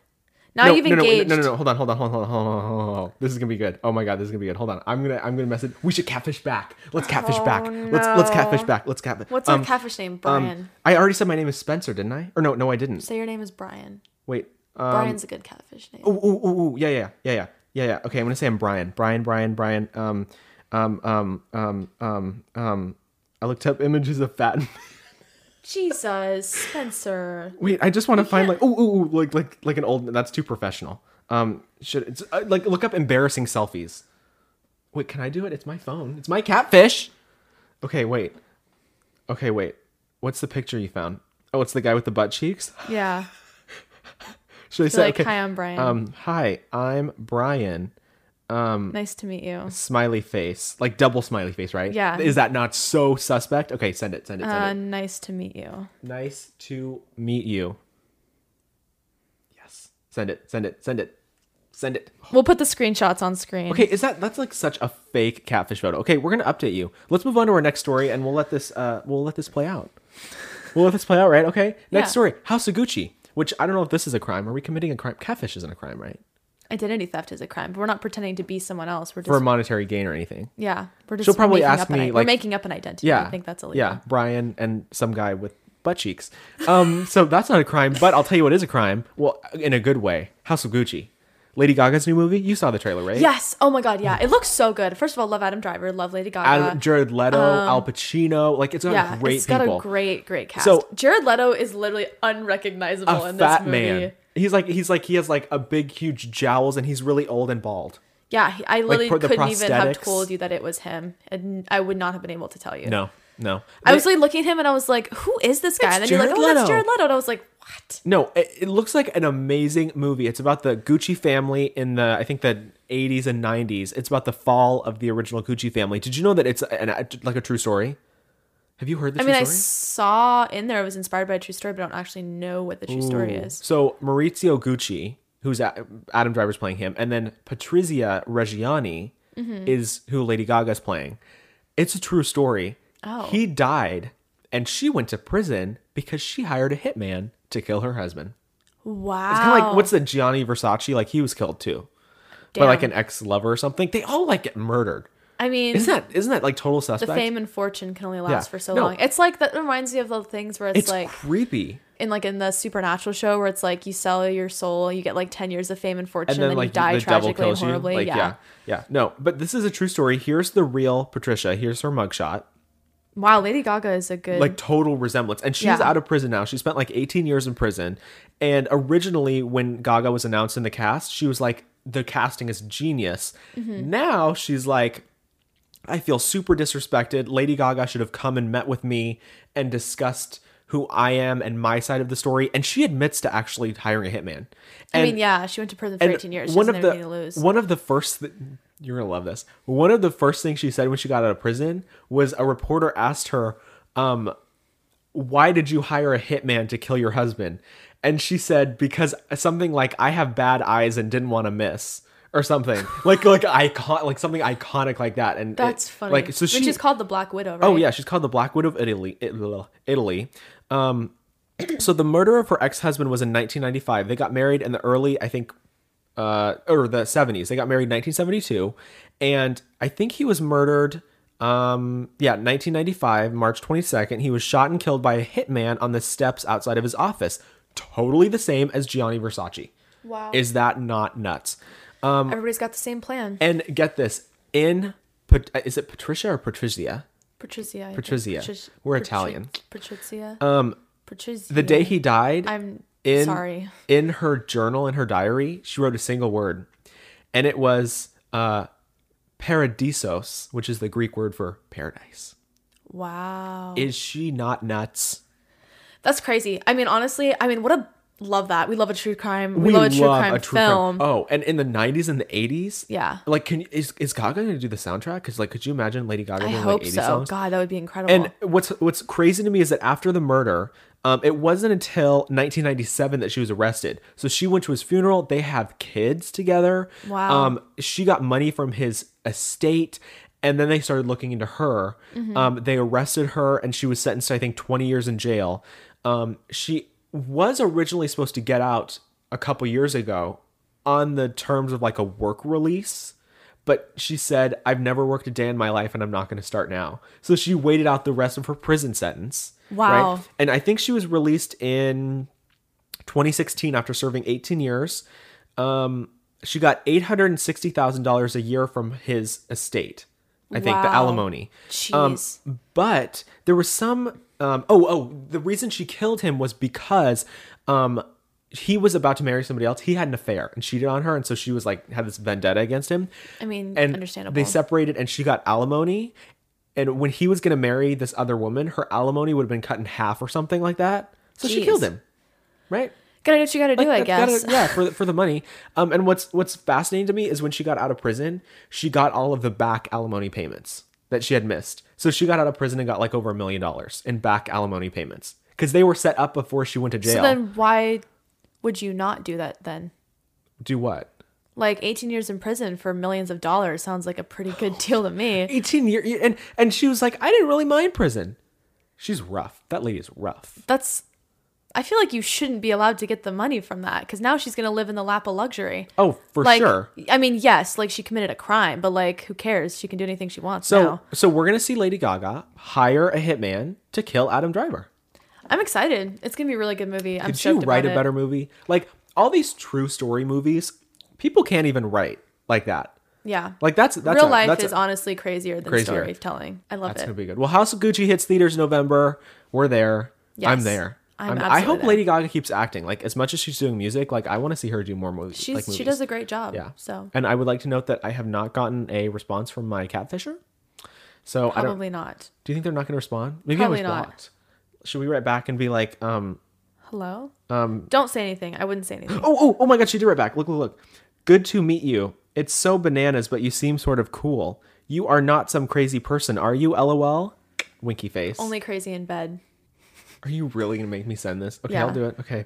A: Now
B: no,
A: you've
B: no, no, wait,
A: engaged.
B: no, no, no, hold on, hold on, hold on, hold on, hold on, hold on. This is gonna be good. Oh my god, this is gonna be good. Hold on, I'm gonna, I'm gonna message. We should catfish back. Let's catfish back. Let's, let's catfish
A: no.
B: back. Let's catfish.
A: What's our catfish
B: um,
A: name? Brian.
B: I already said my name is Spencer, didn't I? Or no, no, I didn't.
A: Say your name is Brian.
B: Wait. Um, oh.
A: Brian's a good catfish name.
B: Ooh, ooh, ooh, ooh, yeah, yeah, yeah, yeah, yeah, yeah. Okay, I'm gonna say I'm Brian, Brian, Brian, Brian. Um, um, um, um, um, um. I looked up images of fat.
A: Jesus, Spencer.
B: Wait, I just want to find like, ooh, ooh, ooh, like, like, like an old. That's too professional. Um, should it's uh, like look up embarrassing selfies. Wait, can I do it? It's my phone. It's my catfish. Okay, wait. Okay, wait. What's the picture you found? Oh, it's the guy with the butt cheeks.
A: Yeah.
B: Should I
A: So
B: say?
A: like,
B: okay.
A: hi, I'm Brian.
B: Um, hi, I'm Brian.
A: nice to meet you.
B: smiley face, like double smiley face, right?
A: Yeah.
B: Is that not so suspect? Okay, send it, send it, Oh. send
A: Uh,
B: it.
A: nice to meet you.
B: Nice to meet you. Yes. Send it, send it, send it, send it.
A: We'll put the screenshots on screen.
B: Okay, is that that's like such a fake catfish photo? Okay, we're gonna update you. Let's move on to our next story, and we'll let this uh we'll let this play out. We'll let this play out, right? Okay. Next
A: Yeah.
B: story, House of Gucci. Which I don't know if this is a crime. Are we committing a crime? Catfish isn't a crime, right?
A: Identity theft is a crime, but we're not pretending to be someone else. We're just
B: For a monetary gain or anything.
A: yeah. We're just
B: She'll probably
A: making
B: ask
A: up an
B: me,
A: i- we're
B: like-
A: making up an identity.
B: Yeah.
A: I think that's illegal.
B: Yeah. Brian and some guy with butt cheeks. Um, so that's not a crime, but I'll tell you what is a crime. Well, in a good way. House of Gucci. Lady Gaga's new movie. You saw the trailer, right?
A: Yes. Oh my God. Yeah. It looks so good. First of all, love Adam Driver. Love Lady Gaga.
B: Adam, Jared Leto, Al Pacino. Like, it's got
A: Um, yeah,
B: great
A: it's got
B: people.
A: a great, great cast.
B: So-
A: Jared Leto is literally unrecognizable
B: a
A: in
B: fat
A: this movie.
B: man. He's like, he's like, he has like a big, huge jowls and he's really old and bald.
A: Yeah, he- I literally
B: pro- the
A: couldn't even have
B: prosthetics.
A: told you that it was him, and I would not have been able to tell you.
B: No, no.
A: I was like looking at him, and I was like, "Who is this guy?"
B: It's
A: and then you're like,
B: Jared
A: "Oh,
B: Leto."
A: that's Jared Leto," and I was like, "What?"
B: No, it, it looks like an amazing movie. It's about the Gucci family in the I think the 80s and 90s. It's about the fall of the original Gucci family. Did you know that it's an, like a true story? Have you heard the
A: I
B: true
A: mean, I
B: story?
A: saw in there it was inspired by a true story, but I don't actually know what the true story is.
B: So Maurizio Gucci, who's a- Adam Driver's playing him, and then Patrizia Reggiani
A: Mm-hmm.
B: is who Lady Gaga's playing. It's a true story.
A: Oh.
B: He died and she went to prison because she hired a hitman to kill her husband.
A: Wow,
B: It's kind of like what's
A: Oh.
B: the Gianni Versace? Like he was killed too, by like an ex lover or something. They all like get murdered.
A: I mean,
B: Isn't that isn't that like total
A: the
B: suspect?
A: fame and fortune can only last
B: Yeah.
A: for so
B: No.
A: long. It's like that reminds me of the things where it's,
B: it's
A: like
B: creepy.
A: in like in the supernatural show where it's like you sell your soul, you get like ten years of fame and fortune,
B: And
A: and
B: then,
A: then,
B: like
A: you die
B: the devil
A: tragically and
B: kills you.
A: horribly.
B: Like yeah.
A: yeah.
B: yeah, No, but this is a true story. Here's the real Patricia. Here's her mugshot.
A: Wow, Lady Gaga is a good
B: Like total resemblance, and she's
A: Yeah.
B: out of prison now. She spent like 18 years in prison. And originally, when Gaga was announced in the cast, she was like, "The casting is genius."
A: Mm-hmm.
B: Now she's like, I feel super disrespected. Lady Gaga should have come and met with me and discussed who I am and my side of the story. And she admits to actually hiring a hitman.
A: I
B: And
A: mean, yeah, she went to prison for
B: and
A: 18 years. She
B: one
A: doesn't have
B: of the
A: anything to lose.
B: one of the first th- you're gonna love this. One of the first things she said when she got out of prison was a reporter asked her, um, "Why did you hire a hitman to kill your husband?" And she said, "Because something like I have bad eyes and didn't want to miss." Or something like like icon like something iconic like that, and it-
A: That's funny.
B: Like so, she,
A: Which is called the Black Widow, right?
B: Oh yeah, she's called the Black Widow of Italy. Italy. Italy. Um, so the murder of her ex-husband was in 1995. They got married in the early, I think, uh, or the 70s. They got married in 1972, and I think he was murdered Um, yeah, 1995, March 22nd, he was shot and killed by a hitman on the steps outside of his office. Totally the same as Gianni Versace.
A: Wow.
B: Is that not nuts?
A: Everybody's got the same plan.
B: And get this, in Pat- is it Patricia or Patricia?
A: Patrizia.
B: Patrizia. We're Italian.
A: Patrizia. Um, Patrizia.
B: The day he died,
A: I'm
B: in,
A: sorry.
B: In her journal, in her diary, she wrote a single word, and it was uh, paradisos, which is the Greek word for paradise.
A: Wow.
B: Is she not nuts?
A: That's crazy. I mean, honestly, I mean, what a love that. We love a true crime. We, love a true crime film.
B: Oh, and in the '90s and the '80s,
A: Yeah.
B: Like, can you- is is Gaga going to do the soundtrack? Because like, could you imagine Lady Gaga
A: I
B: doing
A: hope
B: like '80s
A: so.
B: songs?
A: God, that would be incredible.
B: And what's what's crazy to me is that after the murder, um, it wasn't until 1997 that she was arrested. So she went to his funeral. They have kids together.
A: Wow.
B: Um, she got money from his estate, and then they started looking into her. Um, they arrested her, and she was sentenced, to, I think, 20 years in jail. Um, she was originally supposed to get out a couple years ago on the terms of like a work release but she said, I've never worked a day in my life and I'm not going to start now. So she waited out the rest of her prison sentence.
A: Wow.
B: And I think she was released in 2016 after serving 18 years. Um, she got $860,000 a year from his estate, I think, the
A: Wow.
B: alimony. Um,
A: Jeez.
B: but there was some. Um, oh, oh, the reason she killed him was because um, he was about to marry somebody else. He had an affair and cheated on her. And so she was like, had this vendetta against him.
A: I mean,
B: and
A: understandable.
B: They separated and she got alimony. And when he was going to marry this other woman, her alimony would have been cut in half or something like that. So she
A: Jeez.
B: killed him. Right?
A: gotta do what you gotta do, I
B: That's gotta-
A: guess.
B: yeah, for the, for the money. Um, and what's what's fascinating to me is when she got out of prison, she got all of the back alimony payments that she had missed. So she got out of prison and got like over a million dollars in back alimony payments because they were set up before she went to jail.
A: so then why would you not do that then?
B: Do what?
A: Like 18 years in prison for millions of dollars sounds like a pretty good deal to me.
B: Eighteen year and and she was like, I didn't really mind prison. She's rough. That lady is rough.
A: That's. I feel like you shouldn't be allowed to get the money from that because now she's gonna live in the lap of luxury.
B: Oh, for
A: like,
B: sure.
A: I mean, yes, like she committed a crime, but like, who cares? She can do anything she wants
B: So
A: now.
B: so we're gonna see Lady Gaga hire a hitman to kill Adam Driver.
A: I'm excited. It's gonna be a really good movie. I'm
B: Could you
A: stoked
B: write
A: about
B: a
A: it.
B: better movie? Like all these true story movies, people can't even write like that.
A: Yeah.
B: Like that's that's
A: Real
B: a-
A: life
B: that's
A: is
B: a-
A: honestly crazier than
B: Crazier.
A: storytelling. I love
B: that's
A: it.
B: gonna be good. Well, House of Gucci hits theaters in November. We're there. I'm
A: Yes.
B: there.
A: I'm
B: I'm- i
A: absolutely
B: hope
A: there.
B: Lady Gaga keeps acting. Like as much as she's doing music, like I want to see her do more movies.
A: She's
B: like,
A: she
B: movies.
A: does a great job.
B: Yeah.
A: So
B: And I would like to note that I have not gotten a response from my catfisher. So I don't.
A: probably not.
B: Do you think they're not going to respond? Maybe I
A: Probably
B: was
A: not.
B: blocked. Should we write back and be like, um,
A: Hello. Um. Don't say anything. I wouldn't say anything.
B: Oh, oh, oh my God, she did right back. Look, look, look. Good to meet you. It's so bananas, but you seem sort of cool. You are not some crazy person, are you? LOL. Winky face.
A: Only crazy in bed.
B: are you really gonna make me send this? Okay, I'll
A: Yeah.
B: do it. Okay.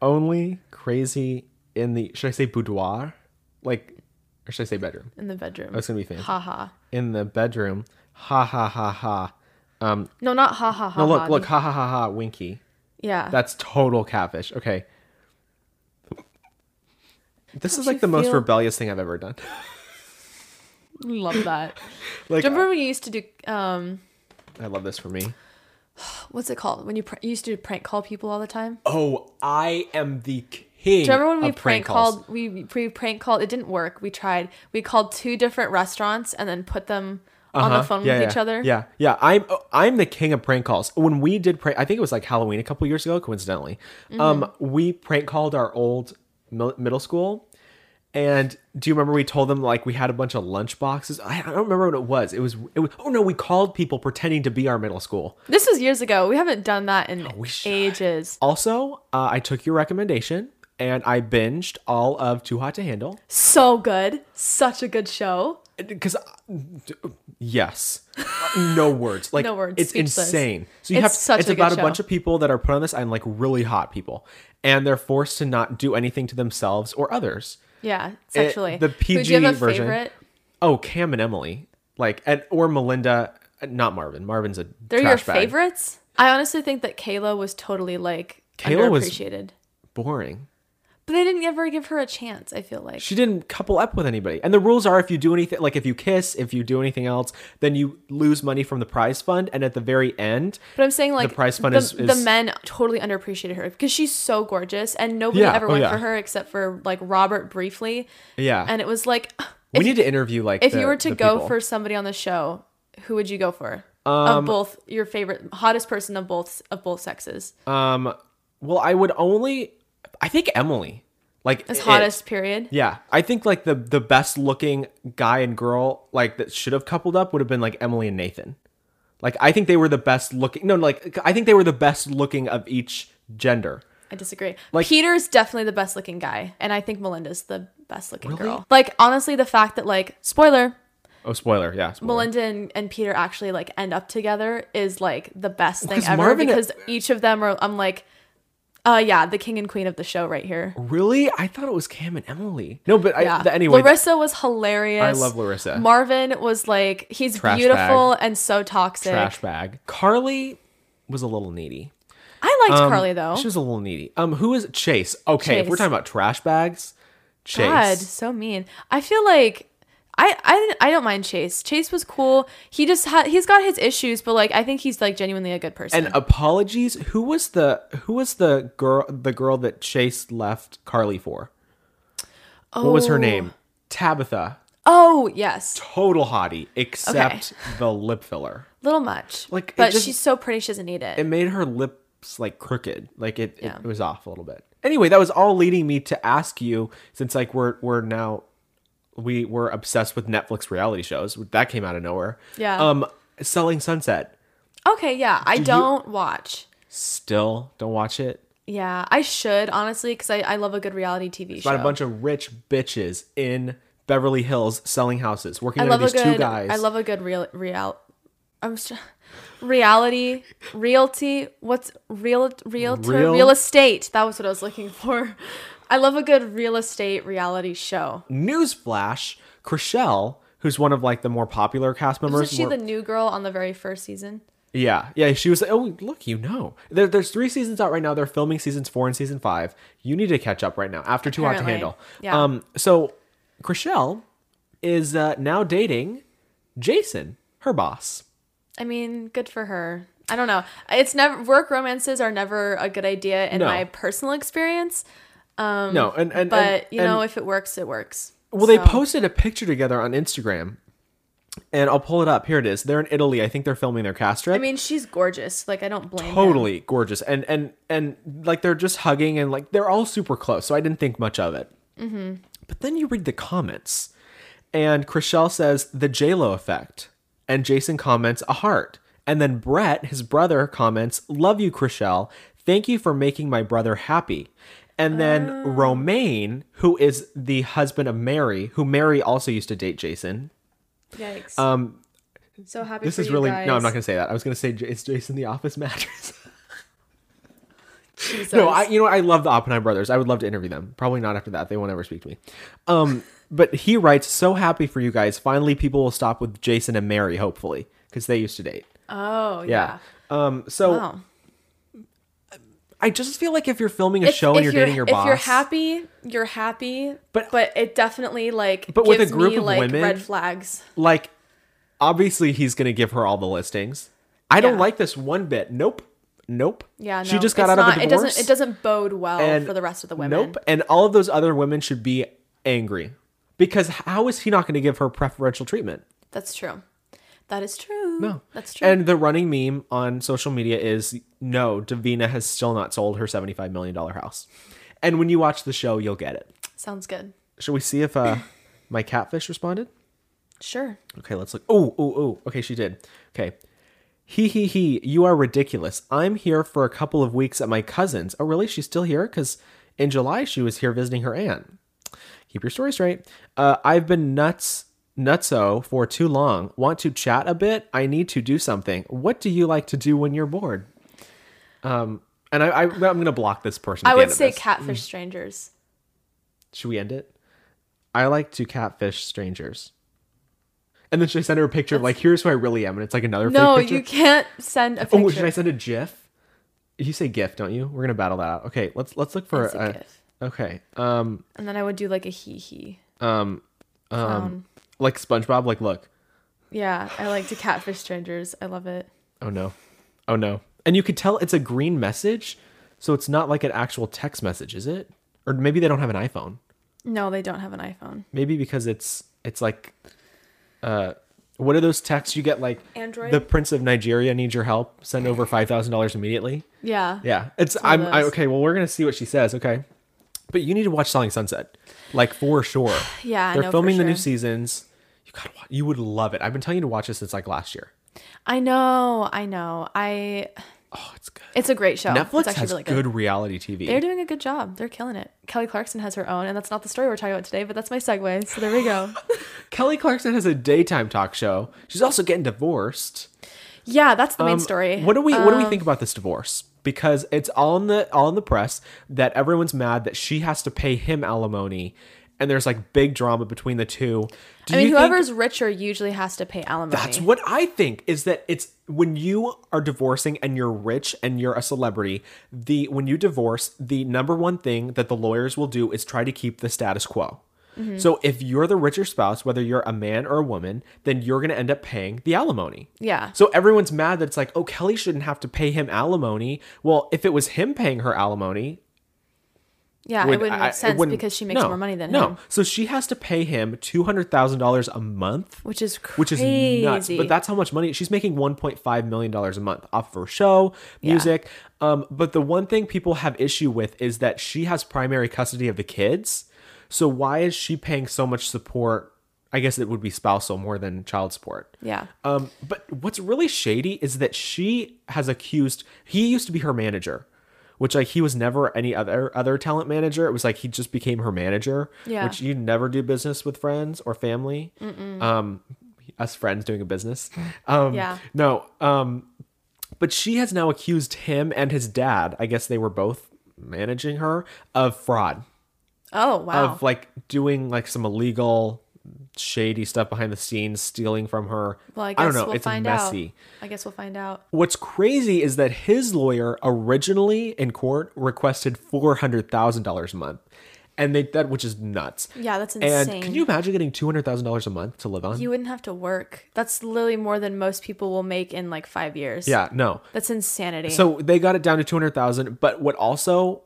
B: Only crazy in the should I say boudoir? Like or should I say bedroom?
A: In the bedroom.
B: That's gonna be fancy.
A: Ha ha.
B: In the bedroom. Ha ha ha ha. Um
A: No, not ha ha ha.
B: no look,
A: ha.
B: look, ha ha ha ha, winky.
A: Yeah.
B: That's total catfish. Okay. This is
A: you
B: like the most
A: feel-
B: rebellious thing I've ever done.
A: love that.
B: like uh,
A: Do you remember when you used to do um
B: I love this for me.
A: what's it called when you, pr- you used to prank call people all the time?
B: Oh, I am the king.
A: Do you
B: uh,
A: remember when we prank, called? We we prank called. It didn't work. We tried. We called two different restaurants and then put them on the phone with each other.
B: Uh-huh. Yeah, yeah. I'm oh, I'm the king of prank calls. When we did prank, I think it was like Halloween a couple years ago, coincidentally.
A: Mm-hmm.
B: Um, we prank called our old mil- middle school, and do you remember we told them like we had a bunch of lunch boxes? I, I don't remember what it was. It was it was. Oh no, we called people pretending to be our middle school.
A: This was years ago. We haven't done that in
B: we should.
A: ages.
B: Also, uh, I took your recommendation and I binged all of Too Hot to Handle.
A: So good. Such a good show.
B: because yes no words like
A: No words,
B: it's
A: speechless.
B: insane so you
A: It's
B: have
A: such
B: it's
A: a good
B: about a bunch
A: show.
B: of people that are put on this and like really hot people and they're forced to not do anything to themselves or others
A: Yeah, sexually.
B: the
A: Who- do you have
B: PG
A: a
B: version.
A: favorite?
B: oh cam and emily like and or melinda not marvin marvin's a
A: They're
B: trash
A: your
B: bag.
A: favorites. I honestly think that Kayla was totally like
B: Kayla was-
A: underappreciated.
B: boring
A: But they didn't ever give her a chance, I feel like.
B: She didn't couple up with anybody. And the rules are if you do anything, like if you kiss, if you do anything else, then you lose money from the prize fund. And at the very end,
A: But I'm saying like
B: prize fund
A: the,
B: is-
A: the
B: is-
A: men totally underappreciated her because she's so gorgeous and nobody
B: Yeah,
A: ever
B: oh,
A: went
B: yeah.
A: for her except for like Robert briefly.
B: Yeah.
A: And it was like
B: we
A: if,
B: need to interview like
A: if
B: the-
A: you were to
B: the
A: go
B: people. Um,
A: for somebody on the show, who would you go for? of both your favorite hottest person of both of both sexes.
B: um, well, I would only, I think Emily, like
A: As
B: it-
A: hottest period.
B: Yeah, I think like the the best looking guy and girl like that should have coupled up would have been like Emily and Nathan. Like I think they were the best looking. No, like I think they were the best looking of each gender.
A: I disagree.
B: Like-
A: Peter's definitely the best looking guy, and I think Melinda's the best looking
B: Really?
A: girl. Like honestly, the fact that like spoiler,
B: Oh, spoiler! Yeah, spoiler.
A: Melinda and, and Peter actually like end up together is like the best thing
B: 'cause
A: ever
B: Marvin-
A: because each of them are. I'm like, uh, yeah, the king and queen of the show right here.
B: Really? I thought it was Cam and Emily. No, but I,
A: Yeah.
B: th- anyway,
A: Larissa was hilarious.
B: I love Larissa.
A: Marvin was like he's
B: Trash
A: beautiful and so toxic.
B: trash bag. Carly was a little needy.
A: I liked
B: Um,
A: Carly though.
B: She was a little needy. Um, who is Chase? Okay, if we're
A: Chase.
B: talking about trash bags, Chase.
A: God, so mean. I feel like I I didn't- I don't mind Chase. Chase was cool. He just had he's got his issues, but like I think he's like genuinely a good person.
B: And uh, apologies. Who was the who was the girl the girl that Chase left Carly for? What was her
A: Oh.
B: name? Tabitha.
A: Oh yes,
B: Total hottie, except the lip filler.
A: little much.
B: Like, it
A: but
B: just-
A: she's so pretty, she doesn't need it.
B: It made her lips like crooked. Like it,
A: Yeah.
B: it was off a little bit. Anyway, that was all leading me to ask you, since like we're we're now we were obsessed with Netflix reality shows. That came out of nowhere.
A: Yeah.
B: Um Selling Sunset.
A: okay, yeah, I don't watch.
B: Still don't watch it.
A: Yeah, I should honestly because I, I love a good reality TV show.
B: about a bunch of rich bitches in Beverly Hills selling houses, working
A: I
B: under
A: love a
B: these
A: good.
B: two guys.
A: I love a good real real. I'm str- reality realty. What's real realtor
B: Real-
A: real? estate? That was what I was looking for. I love a good real estate reality show.
B: Newsflash: Chriselle, who's one of like the more popular cast members.
A: Wasn't she
B: more-
A: the new girl on the very first season?
B: yeah, yeah. She was. like, Oh, look, you know, there, there's three seasons out right now. They're filming seasons four and season five. You need to catch up right now. After too hot to
A: Apparently,
B: handle.
A: yeah.
B: Um. So, Chriselle is uh, now dating Jason, her boss.
A: I mean, good for her. I don't know. It's never work romances are never a good idea in
B: No.
A: my personal experience.
B: no, and and
A: Um, But
B: and-
A: you
B: and-
A: know, if it works, it works.
B: Well, they
A: So-
B: posted a picture together on Instagram, and I'll pull it up. Here it is. They're in Italy. I think they're filming their cast trip.
A: I mean, she's gorgeous. Like I don't blame. him.
B: totally gorgeous, and and and like they're just hugging, and like they're all super close. So I didn't think much of it.
A: Mm-hmm.
B: But then you read the comments, and Chriselle says the J Lo effect, and Jason comments a heart, and then Brett, his brother, comments, "Love you, Chriselle. Thank you for making my brother happy." And then
A: Oh.
B: Romaine, who is the husband of Mary, who Mary also used to date Jason.
A: Yikes. Um. So happy.
B: This
A: for
B: is
A: you
B: really
A: guys.
B: no. I'm not gonna say that. I was gonna say J- it's Jason the Office Matters.
A: Jesus.
B: no, I you know what? I love the Oppenheim brothers. I would love to interview them. Probably not after that. They won't ever speak to me. Um, but he writes, "So happy for you guys. Finally, people will stop with Jason and Mary. Hopefully, because they used to date.
A: Oh
B: Yeah.
A: yeah.
B: Um. So
A: Wow.
B: I just feel like if you're filming a show and you're, dating your boss,
A: If you're happy, you're happy. But
B: But-
A: but it definitely like
B: But with
A: gives
B: a group
A: me
B: of
A: like
B: women-
A: red flags.
B: like obviously he's gonna give her all the listings. I don't
A: Yeah.
B: like this one bit. Nope. Nope.
A: Yeah. No,
B: she just got
A: it's
B: out
A: not,
B: of a divorce.
A: It doesn't it doesn't bode well
B: and
A: for the rest of the women.
B: Nope. And all of those other women should be angry because how is he not going to give her preferential treatment?
A: That's true. That is true.
B: No,
A: That's true.
B: And the running meme on social media is no, Davina has still not sold her seventy-five million dollar house. And when you watch the show, you'll get it.
A: Sounds good.
B: Shall we see if uh, my catfish responded?
A: Sure.
B: Okay, let's look. Oh, oh, oh. Okay, she did. Okay. He, he, he. You are ridiculous. I'm here for a couple of weeks at my cousin's. Oh, really? She's still here? Because in July she was here visiting her aunt. Keep your story straight. Uh, I've been nuts, nutso for too long. Want to chat a bit? I need to do something. What do you like to do when you're bored? Um, and I, I I'm gonna block this person.
A: I
B: at the
A: would
B: end of
A: say
B: this. Mm.
A: catfish strangers.
B: Should we end it? I like to catfish strangers. And then should I send her a picture of like, here's who I really am, and it's like another
A: No,
B: fake picture.
A: you can't send a picture.
B: oh, should I send a GIF? You say GIF, don't you? We're gonna battle that out. Okay, let's let's look for
A: It's a
B: a,
A: GIF.
B: Okay. Um.
A: and then I would do like a hee hee.
B: Um. Um.
A: Clown.
B: Like SpongeBob. Like look.
A: Yeah, I like to catfish strangers. I love it.
B: Oh no. Oh no. And you could tell it's a green message, so it's not like an actual text message, is it? Or maybe they don't have an iPhone.
A: No, they don't have an iPhone.
B: Maybe because it's it's like uh what are those texts you get like
A: Android?
B: the prince of Nigeria needs your help, send over $5,000 immediately?
A: Yeah.
B: Yeah. It's I'm I,
A: those.
B: okay, well we're going to see what she says, okay? But you need to watch Selling Sunset. Like for sure.
A: Yeah, I
B: They're
A: know for
B: filming the new
A: sure.
B: seasons. You got to watch. you would love it. I've been telling you to watch this since like last year.
A: I know. I know. I.
B: Oh, it's good.
A: It's a great show.
B: Netflix
A: Oh, it's actually
B: has
A: really
B: good. reality TV.
A: They're doing a good job. They're killing it. Kelly Clarkson has her own, and that's not the story we're talking about today, but that's my segue. So there we go.
B: Kelly Clarkson has a daytime talk show. She's also getting divorced.
A: yeah, that's the main
B: Um,
A: story. Um,
B: What do we What do we think about this divorce? Because it's all in the all in the press that everyone's mad that she has to pay him alimony, and there's like big drama between the two. Do
A: I mean,
B: you think-
A: whoever's richer usually has to pay alimony.
B: That's what I think is that it's when you are divorcing and you're rich and you're a celebrity, the when you divorce, the number one thing that the lawyers will do is try to keep the status quo.
A: Mm-hmm.
B: So if you're the richer spouse, whether you're a man or a woman, then you're going to end up paying the alimony.
A: Yeah.
B: So everyone's mad that it's like, "Oh, Kelly shouldn't have to pay him alimony." Well, if it was him paying her alimony,
A: yeah,
B: would-
A: it wouldn't
B: I-
A: make sense
B: wouldn't-
A: because she makes
B: no,
A: more money than
B: no.
A: him,
B: So she has to pay him $200,000 a month
A: which is crazy.
B: which is nuts. But that's how much money she's making. One point five million dollars a month off of her show, music. Um, but the one thing people have issue with is that she has primary custody of the kids. So why is she paying so much support? I guess it would be spousal more than child support.
A: yeah.
B: Um, but what's really shady is that she has accused he used to be her manager, which like he was never any other other talent manager. It was like he just became her manager,
A: Yeah.
B: which you never do business with friends or family. Um, us friends doing a business. Um,
A: Yeah.
B: No. Um, but she has now accused him and his dad. I guess they were both managing her of fraud
A: Oh wow.
B: of like doing like some illegal shady stuff behind the scenes stealing from her
A: well, I
B: I,
A: guess
B: don't know
A: we'll
B: it's
A: find
B: messy
A: out. I guess we'll find out.
B: what's crazy is that his lawyer originally in court requested $400000 a month and they that which is nuts
A: Yeah, that's
B: and
A: insane.
B: can you imagine getting $200000 a month to live on
A: You wouldn't have to work. That's literally more than most people will make in like five years.
B: yeah no
A: That's insanity.
B: So they got it down to 200,000, but what also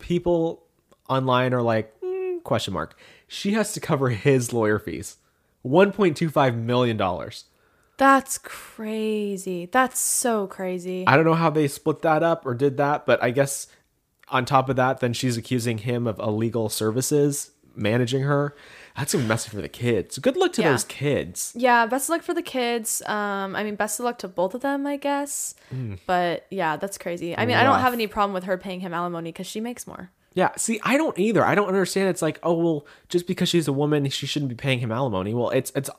B: people online are like "Mm, question mark. She has to cover his lawyer fees. 1.25 million dollars.
A: that's crazy. That's so crazy.
B: I don't know how they split that up or did that, but I guess on top of that then she's accusing him of illegal services managing her. That's gonna be messy for the kids. Good luck to
A: Yeah.
B: those kids.
A: yeah, best of luck for the kids. Um, I mean, best of luck to both of them, I guess.
B: Hmm.
A: But yeah, that's crazy. I mean, I don't
B: Rough.
A: have any problem with her paying him alimony because she makes more.
B: Yeah, see, I don't either. I don't understand. It's like, oh well, just because she's a woman, she shouldn't be paying him alimony. Well, it's it's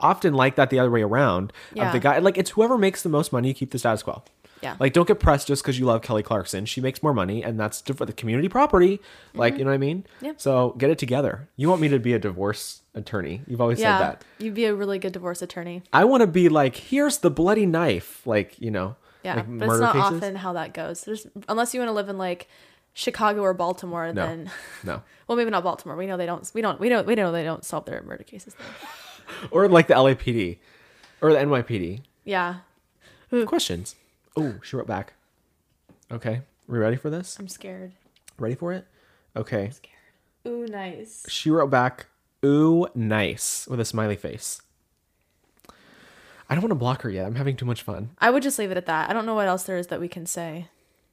B: often like that the other way around. Of
A: Yeah.
B: the guy, like it's whoever makes the most money, keep the status quo.
A: Yeah.
B: Like, don't get pressed just because you love Kelly Clarkson. She makes more money, and that's diff- the community property. Like, you know what I mean?
A: Mm-hmm. Yeah.
B: So get it together. You want me to be a divorce attorney? You've always
A: yeah,
B: said that.
A: you'd be a really good divorce attorney.
B: I want to be like, here's the bloody knife. Like, you know.
A: Yeah,
B: like
A: but it's not often how that goes. There's, unless you want to live in like Chicago or Baltimore,
B: No.
A: then
B: No.
A: well, maybe not Baltimore. We know they don't. We don't. We don't. We know they don't solve their murder cases. There.
B: Or like the LAPD, or the NYPD.
A: Yeah, Mm.
B: questions. Oh, she wrote back. Okay. We ready for this?
A: I'm scared.
B: Ready for it? Okay.
A: Ooh, nice.
B: She wrote back, ooh, nice, with a smiley face. I don't want to block her yet. I'm having too much fun.
A: I would just leave it at that. I don't know what else there is that we can say.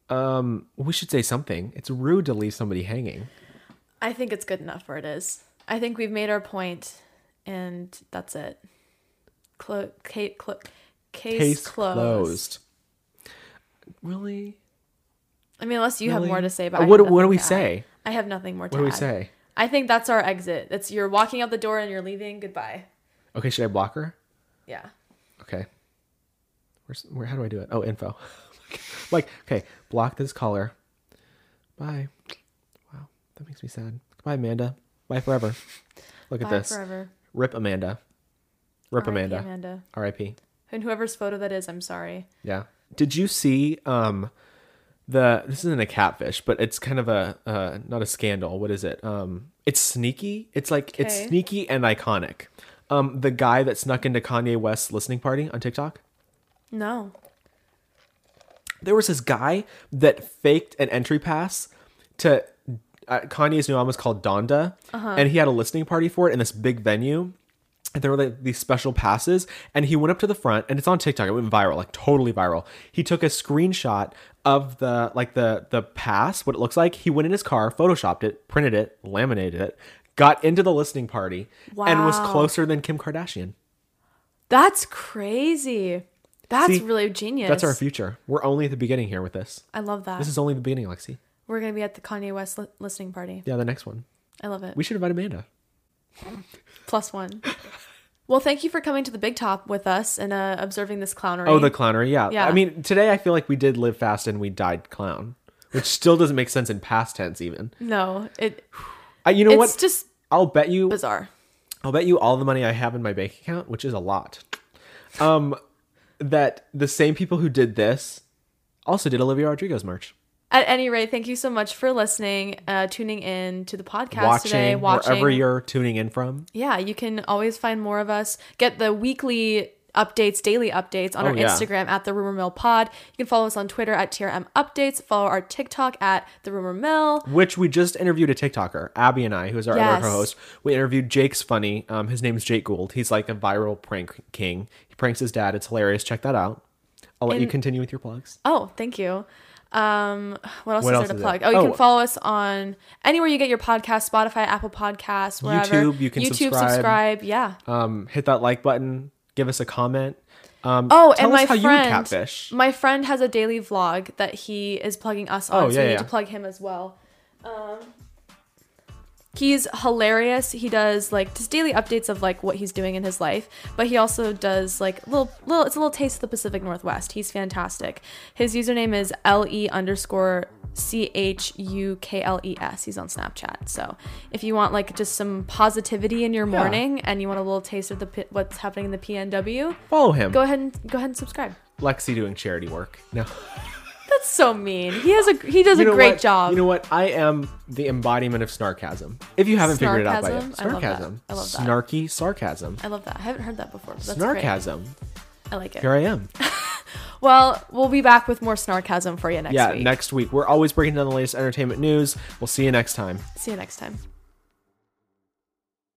B: Um, we should say something. It's rude to leave somebody hanging.
A: I think it's good enough where it is. I think we've made our point, and that's it. Clo- ca- clo- case,
B: Case
A: closed.
B: closed. Really?
A: I mean, unless you have
B: Really?
A: more to say
B: Uh,
A: about
B: what- what do we say?
A: I have nothing more to
B: What do we
A: add.
B: say?
A: I think that's our exit. It's you're walking out the door and you're leaving. Goodbye.
B: Okay, should I block her?
A: Yeah.
B: Okay. Where's where? How do I do it? Oh, info. like, okay, block this caller. Bye. Wow, that makes me sad. Goodbye, Amanda. Bye forever. Look at
A: Bye
B: this.
A: forever.
B: Rip Amanda. Rip
A: R.I.P.
B: Amanda.
A: Amanda.
B: R.I.P.
A: And whoever's photo that is, I'm sorry.
B: Yeah. Did you see um the this isn't a catfish, but it's kind of a uh, not a scandal. What is it? Um, it's sneaky. It's like it's
A: Okay.
B: sneaky and iconic. Um, the guy that snuck into Kanye West's listening party on TikTok.
A: No.
B: There was this guy that faked an entry pass to uh, Kanye's new album is called Donda, and he had a listening party for it in this big venue. And there were like these special passes, and he went up to the front, and it's on TikTok. It went viral, like totally viral. He took a screenshot of the like the the pass, what it looks like. He went in his car, photoshopped it, printed it, laminated it, got into the listening party, and was
A: Wow.
B: closer than Kim Kardashian.
A: That's crazy. That's
B: See,
A: really genius.
B: That's our future. We're only at the beginning here with this.
A: I love that.
B: This is only the beginning, Lexi.
A: We're going to be at the Kanye West li- listening party.
B: Yeah, the next one.
A: I love it.
B: We should invite Amanda.
A: Plus one. well, thank you for coming to the Big Top with us and uh, observing this clownery.
B: Oh, the clownery. Yeah.
A: Yeah.
B: I mean, today I feel like we did live fast and we died clown, which still doesn't make sense in past tense even.
A: No, it,
B: I, you know
A: it's
B: what?
A: just
B: I'll bet you.
A: bizarre.
B: I'll bet you all the money I have in my bank account, which is a lot. Um, that the same people who did this also did Olivia Rodrigo's merch.
A: At any rate, thank you so much for listening, uh, tuning in to the podcast
B: Watching,
A: today, watching.
B: wherever you're tuning in from.
A: yeah, you can always find more of us. Get the weekly updates, daily updates on
B: Oh,
A: our
B: yeah.
A: Instagram at the Rumor Mill Pod. You can follow us on Twitter at TRM Updates. Follow our TikTok at the Rumor Mill.
B: which we just interviewed a TikToker, Abby and I, who's our
A: Yes.
B: other co-host. We interviewed Jake's funny. Um, his name's Jake Gould. He's like a viral prank king. He pranks his dad. It's hilarious. Check that out. I'll let you continue with your plugs.
A: Oh, thank you. Um, what else
B: What
A: is
B: else
A: there
B: is
A: to plug?
B: there?
A: Oh, you
B: Oh.
A: can follow us on anywhere you get your podcast, Spotify, Apple Podcasts, wherever.
B: YouTube, you can
A: YouTube
B: subscribe.
A: Yeah.
B: Um, hit that like button. Give us a comment. Um,
A: Oh,
B: tell
A: and
B: us
A: my
B: how you
A: friend,
B: would catfish.
A: my friend has a daily vlog that he is plugging us on,
B: Oh,
A: so
B: yeah,
A: we need
B: yeah.
A: to plug him as well. Um, he's hilarious. He does like just daily updates of like what he's doing in his life, but he also does like little little. It's a little taste of the Pacific Northwest. He's fantastic. His username is L E underscore C H U K L E S. He's on Snapchat. So if you want like just some positivity in your morning and you want a little taste of the P- what's happening in the PNW,
B: Follow him.
A: go ahead and go ahead and subscribe.
B: Lexi doing charity work. No,
A: That's so mean. He has a he does
B: You know
A: a great
B: what?
A: job.
B: You know what? I am the embodiment of snarkasm. If you haven't figured it out by yet,
A: Snarkasm? I love that.
B: snarkasm,
A: I love that.
B: snarky sarcasm,
A: I love that. I haven't heard that before. But that's great.
B: snarkasm.
A: I like it.
B: Here I am.
A: Well, we'll be back with more snarkasm for you next
B: yeah,
A: week.
B: next week. We're always breaking down the latest entertainment news. We'll see you next time.
A: See you next time.